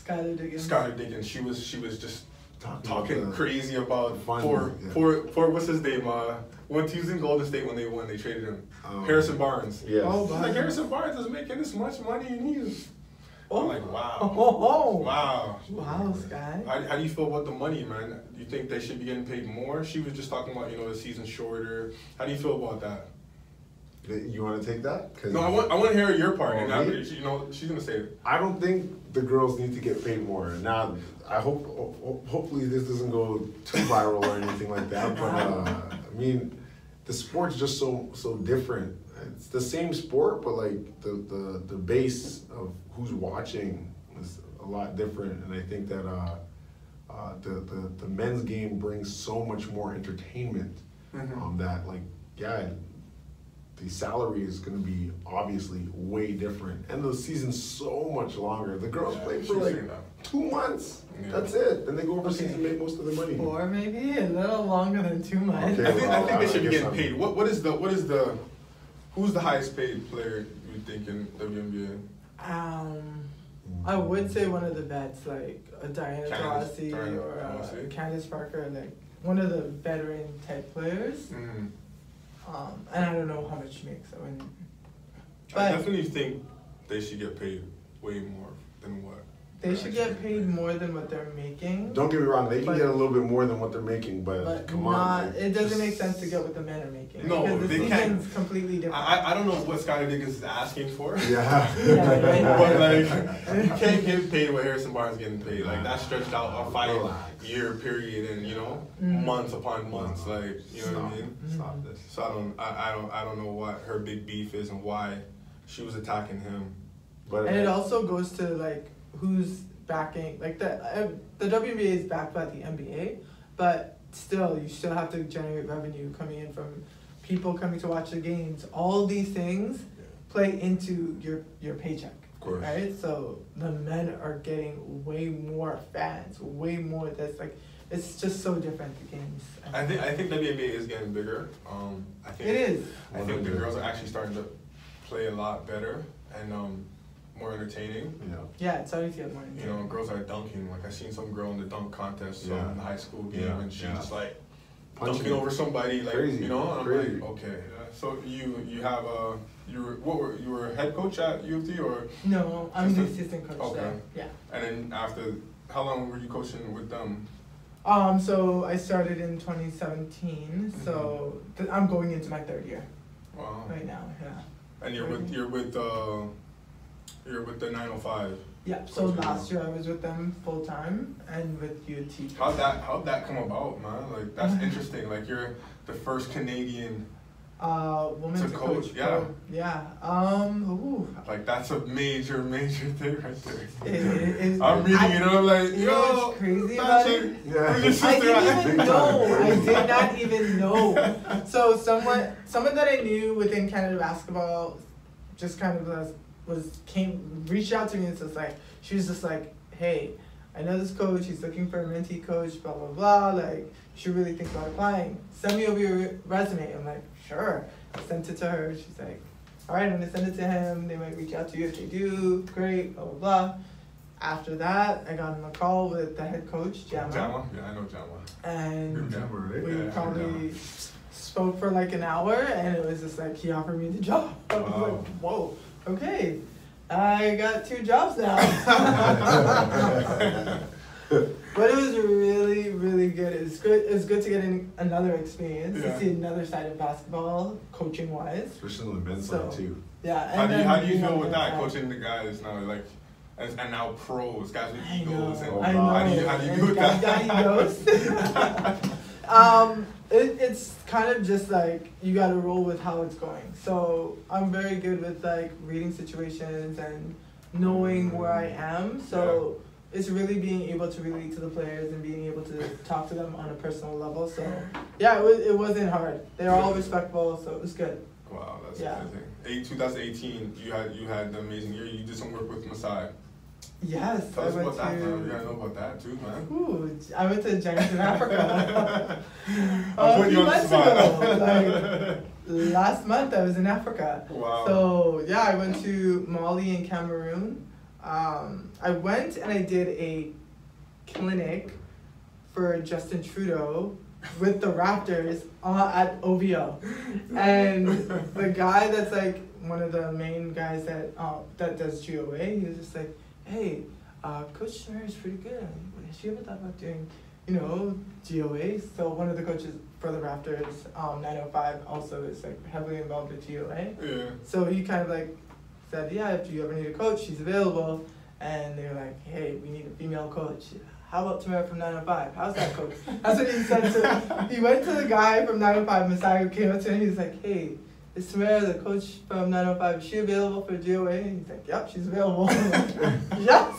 Speaker 2: Skylar Diggins.
Speaker 1: Skylar Diggins. She was she was just
Speaker 3: Talking
Speaker 1: talking
Speaker 3: about the-
Speaker 1: crazy about
Speaker 3: Fun,
Speaker 1: poor
Speaker 3: yeah.
Speaker 1: poor poor what's his name? Uh, when he was in Golden State when they won, they traded him.
Speaker 3: Um,
Speaker 1: Harrison Barnes.
Speaker 3: Yes.
Speaker 2: Oh,
Speaker 1: She's like Harrison Barnes is making this much money and he's
Speaker 2: Oh.
Speaker 1: I'm like wow.
Speaker 2: Oh, oh, oh.
Speaker 1: Wow.
Speaker 2: Wow, Sky.
Speaker 1: How, how do you feel about the money, man? Do you think they should be getting paid more? She was just talking about, you know, the season shorter. How do you feel about that?
Speaker 3: You want to take that? 'Cause-
Speaker 1: No, I want, I want to hear your part. and
Speaker 3: Oh,
Speaker 1: I,
Speaker 3: me?
Speaker 1: you know, she's going to say it.
Speaker 3: I don't think the girls need to get paid more. Now, I hope, ho- ho- hopefully this doesn't go too viral or anything like that. But uh, I mean, the sport's just so so different. It's the same sport, but like the the, the base of who's watching is a lot different. And I think that uh, uh, the, the the men's game brings so much more entertainment.
Speaker 2: Mm-hmm.
Speaker 3: Um, that like yeah, the salary is going to be obviously way different, and the season's so much longer. The girls
Speaker 1: Yeah,
Speaker 3: play for
Speaker 1: she's
Speaker 3: like
Speaker 1: saying that.
Speaker 3: two months.
Speaker 1: Yeah.
Speaker 3: That's it. Then they go overseas
Speaker 2: Okay.
Speaker 3: and make most of the money.
Speaker 2: Or maybe a little longer than two months.
Speaker 1: I think, I think
Speaker 3: Well,
Speaker 1: they
Speaker 3: I
Speaker 1: should be
Speaker 3: guess
Speaker 1: getting
Speaker 3: I'm-
Speaker 1: paid. What, what is the, what is the, who's the highest paid player you think in WNBA?
Speaker 2: Um, I would say one of the vets, like a Diana
Speaker 1: Candace-
Speaker 2: Taurasi
Speaker 1: Diana
Speaker 2: or uh,
Speaker 1: Taurasi.
Speaker 2: Candace Parker, like one of the veteran type players.
Speaker 1: Mm.
Speaker 2: Um, and I don't know how much she makes. I wouldn't.
Speaker 1: I
Speaker 2: But-
Speaker 1: definitely think they should get paid way more than what.
Speaker 2: They should get paid more than what they're making.
Speaker 3: Don't get me wrong; they can
Speaker 2: But-
Speaker 3: get a little bit more than what they're making, but,
Speaker 2: but
Speaker 3: come
Speaker 2: not,
Speaker 3: on, like,
Speaker 2: it doesn't
Speaker 3: just-
Speaker 2: make sense to get what the men are making.
Speaker 1: No,
Speaker 2: because the
Speaker 1: they
Speaker 2: season's
Speaker 1: can't.
Speaker 2: completely different.
Speaker 1: I, I- I don't know what Skylar Diggins is asking for.
Speaker 3: Yeah.
Speaker 1: but like,
Speaker 2: right.
Speaker 1: you can't get paid what Harrison Barnes is getting paid. Like that stretched out a five
Speaker 3: Relax.
Speaker 1: year period, and you know,
Speaker 2: Mm.
Speaker 1: months upon months. Like you know
Speaker 3: stop,
Speaker 1: what I mean.
Speaker 3: Stop this.
Speaker 1: So I don't, I, I don't, I don't know what her big beef is and why she was attacking him.
Speaker 3: But uh,
Speaker 2: and it also goes to like who's backing, like the uh, the WNBA is backed by the NBA, but still you still have to generate revenue coming in from people coming to watch the games. All these things play into your your paycheck. Of
Speaker 1: course.
Speaker 2: Right? So the men are getting way more fans, way more this like it's just so different the games.
Speaker 1: I think, I think WNBA is getting bigger. Um, I think
Speaker 2: it is.
Speaker 1: I think the girls are actually starting to play a lot better and um, more entertaining.
Speaker 3: yeah.
Speaker 2: Yeah, it's starting to get more
Speaker 1: You know, girls are dunking. Like I seen some girl in the dunk contest um,
Speaker 3: Yeah.
Speaker 1: in the high school game,
Speaker 3: Yeah,
Speaker 1: and she
Speaker 3: yeah.
Speaker 1: just like
Speaker 3: Punching
Speaker 1: dunking
Speaker 3: it.
Speaker 1: over somebody, like
Speaker 3: Crazy,
Speaker 1: you know. And I'm
Speaker 3: crazy.
Speaker 1: like, okay. yeah. So you you have a you were what were you were a head coach at U of T or
Speaker 2: No, I'm the
Speaker 1: Assistant-
Speaker 2: assistant coach
Speaker 1: okay.
Speaker 2: there. Yeah.
Speaker 1: and then after how long were you coaching with them?
Speaker 2: Um, so I started in 2017,
Speaker 1: Mm-hmm.
Speaker 2: so th- I'm going into my third year
Speaker 1: Wow.
Speaker 2: right now. Yeah.
Speaker 1: And you're with you're with uh, you're with the 905.
Speaker 2: Yeah, so
Speaker 1: What's your
Speaker 2: last year I was with them full time and with UT.
Speaker 1: How'd that How'd that come about, man? Like
Speaker 2: Mm-hmm.
Speaker 1: that's interesting. Like you're the first Canadian.
Speaker 2: Uh, woman
Speaker 1: To
Speaker 2: to,
Speaker 1: coach,
Speaker 2: coach.
Speaker 1: yeah.
Speaker 2: pro. Yeah. Um. Ooh.
Speaker 1: Like that's a major, major thing right
Speaker 2: It,
Speaker 1: there.
Speaker 2: it, it's-
Speaker 1: I'm reading
Speaker 2: I-
Speaker 1: it. I'm like,
Speaker 2: you know
Speaker 1: yo,
Speaker 2: what's crazy about
Speaker 1: Patrick,
Speaker 2: it?
Speaker 3: Yeah.
Speaker 1: who's your sister
Speaker 2: I
Speaker 1: at?
Speaker 2: didn't even
Speaker 3: Big
Speaker 2: know.
Speaker 3: time.
Speaker 2: I did not even know. So someone, someone that I knew within Canada basketball, just kind of was, was came reached out to me and was like, she was just like, hey, I know this coach. He's looking for a mentee coach. Blah blah blah. Like, you should really think about applying. Send me over your resume. I'm like, sure. I sent it to her. She's like, all right, I'm gonna send it to him. They might reach out to you if they do. Great. Blah blah blah. After that, I got on a call with the head coach, Gemma,
Speaker 1: Jama? Yeah, I know Jama.
Speaker 2: and
Speaker 3: Remember, right?
Speaker 2: we
Speaker 1: Yeah,
Speaker 2: probably
Speaker 1: yeah.
Speaker 2: spoke for like an hour and it was just like he offered me the job. I was
Speaker 3: Wow.
Speaker 2: like, whoa, okay. I got two jobs now. but it was really, really good. It's good it's good to get an, another experience,
Speaker 1: Yeah.
Speaker 2: to see another side of basketball, coaching wise.
Speaker 3: Especially on the men's
Speaker 2: So-
Speaker 3: side too.
Speaker 2: Yeah. And
Speaker 1: How do you
Speaker 2: then
Speaker 1: How do you
Speaker 2: being
Speaker 1: feel
Speaker 2: on
Speaker 1: with
Speaker 2: the
Speaker 1: that?
Speaker 2: side.
Speaker 1: Coaching the guys now, like, and, and now pros, guys with
Speaker 2: I
Speaker 1: egos,
Speaker 2: know,
Speaker 1: and
Speaker 3: I
Speaker 1: how do you
Speaker 2: know,
Speaker 1: How do you
Speaker 2: and
Speaker 1: do with
Speaker 2: guys
Speaker 1: that?
Speaker 2: got Um, it, it's kind of just like you got to roll with how it's going. So I'm very good with like reading situations and knowing where I am. So it's really being able to relate to the players and being able to talk to them on a personal level. So yeah, it, was, it wasn't hard. They're all respectful, so it was good.
Speaker 1: Wow, that's
Speaker 2: Yeah.
Speaker 1: amazing. Eight, 2018, you had you had an amazing year. You did some work with Masai.
Speaker 2: Yes,
Speaker 1: Tell
Speaker 2: I
Speaker 1: us
Speaker 2: went
Speaker 1: about that, man. We
Speaker 2: to.
Speaker 1: gotta know about that too, man.
Speaker 2: Ooh, I went to Junction, Africa.
Speaker 1: I'm
Speaker 2: a
Speaker 1: putting
Speaker 2: few
Speaker 1: you on the
Speaker 2: months ago, like,
Speaker 1: spot.
Speaker 2: last month I was in Africa.
Speaker 1: Wow.
Speaker 2: So yeah, I went to Mali and Cameroon. Um, I went and I did a clinic for Justin Trudeau with the Raptors on, at OVO, and the guy that's like one of the main guys that uh, that does GOA, he was just like, hey, uh, Coach Schneider is pretty good. Has she ever thought about doing? you know, GOA. So one of the coaches for the Raptors, um, 905, also is like heavily involved with GOA.
Speaker 1: yeah.
Speaker 2: So he kind of like said, yeah, if you ever need a coach, she's available. And they were like, hey, we need a female coach. How about Tamara from 905? How's that coach? That's what he said to He went to the guy from 905, Messiah, who came up to him. He was like, hey, is Tamara the coach from 905? Is she available for GOA? And he's like, yep, she's available. I'm like, yes!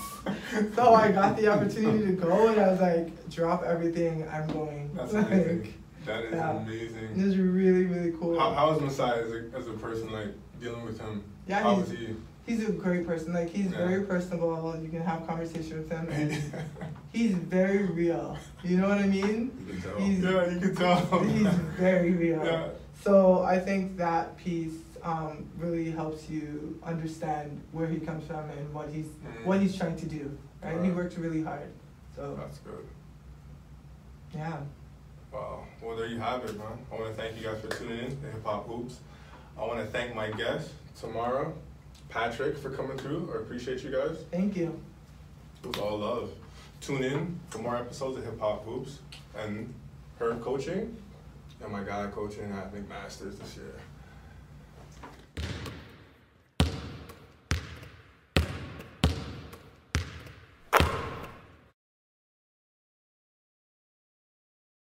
Speaker 2: So I got the opportunity to go, and I was like, drop everything, I'm going.
Speaker 1: That's
Speaker 2: like,
Speaker 1: amazing. That is
Speaker 2: yeah.
Speaker 1: amazing.
Speaker 2: it was really, really cool.
Speaker 1: How, how is Masai as a, as a person, like, dealing with him?
Speaker 2: Yeah,
Speaker 1: how is
Speaker 2: he's-
Speaker 1: he?
Speaker 2: He's a great person. Like he's
Speaker 1: Yeah.
Speaker 2: very personable. You can have conversation with him. And he's very real. You know what I mean?
Speaker 3: You can tell.
Speaker 2: He's-
Speaker 1: yeah, you can tell.
Speaker 2: He's very real.
Speaker 1: yeah.
Speaker 2: So I think that piece um, really helps you understand where he comes from and what he's
Speaker 1: Mm.
Speaker 2: what he's trying to do. Right? He
Speaker 1: Right.
Speaker 2: worked really hard. So
Speaker 1: That's good.
Speaker 2: yeah.
Speaker 1: Wow. Well, there you have it, man. I want to thank you guys for tuning in to Hip Hop Hoops. I want to thank my guests, Tamara, Patrick, for coming through. I appreciate you guys.
Speaker 2: Thank you.
Speaker 1: With all love. Tune in for more episodes of Hip Hop Hoops and her coaching and my guy coaching at McMaster's this year.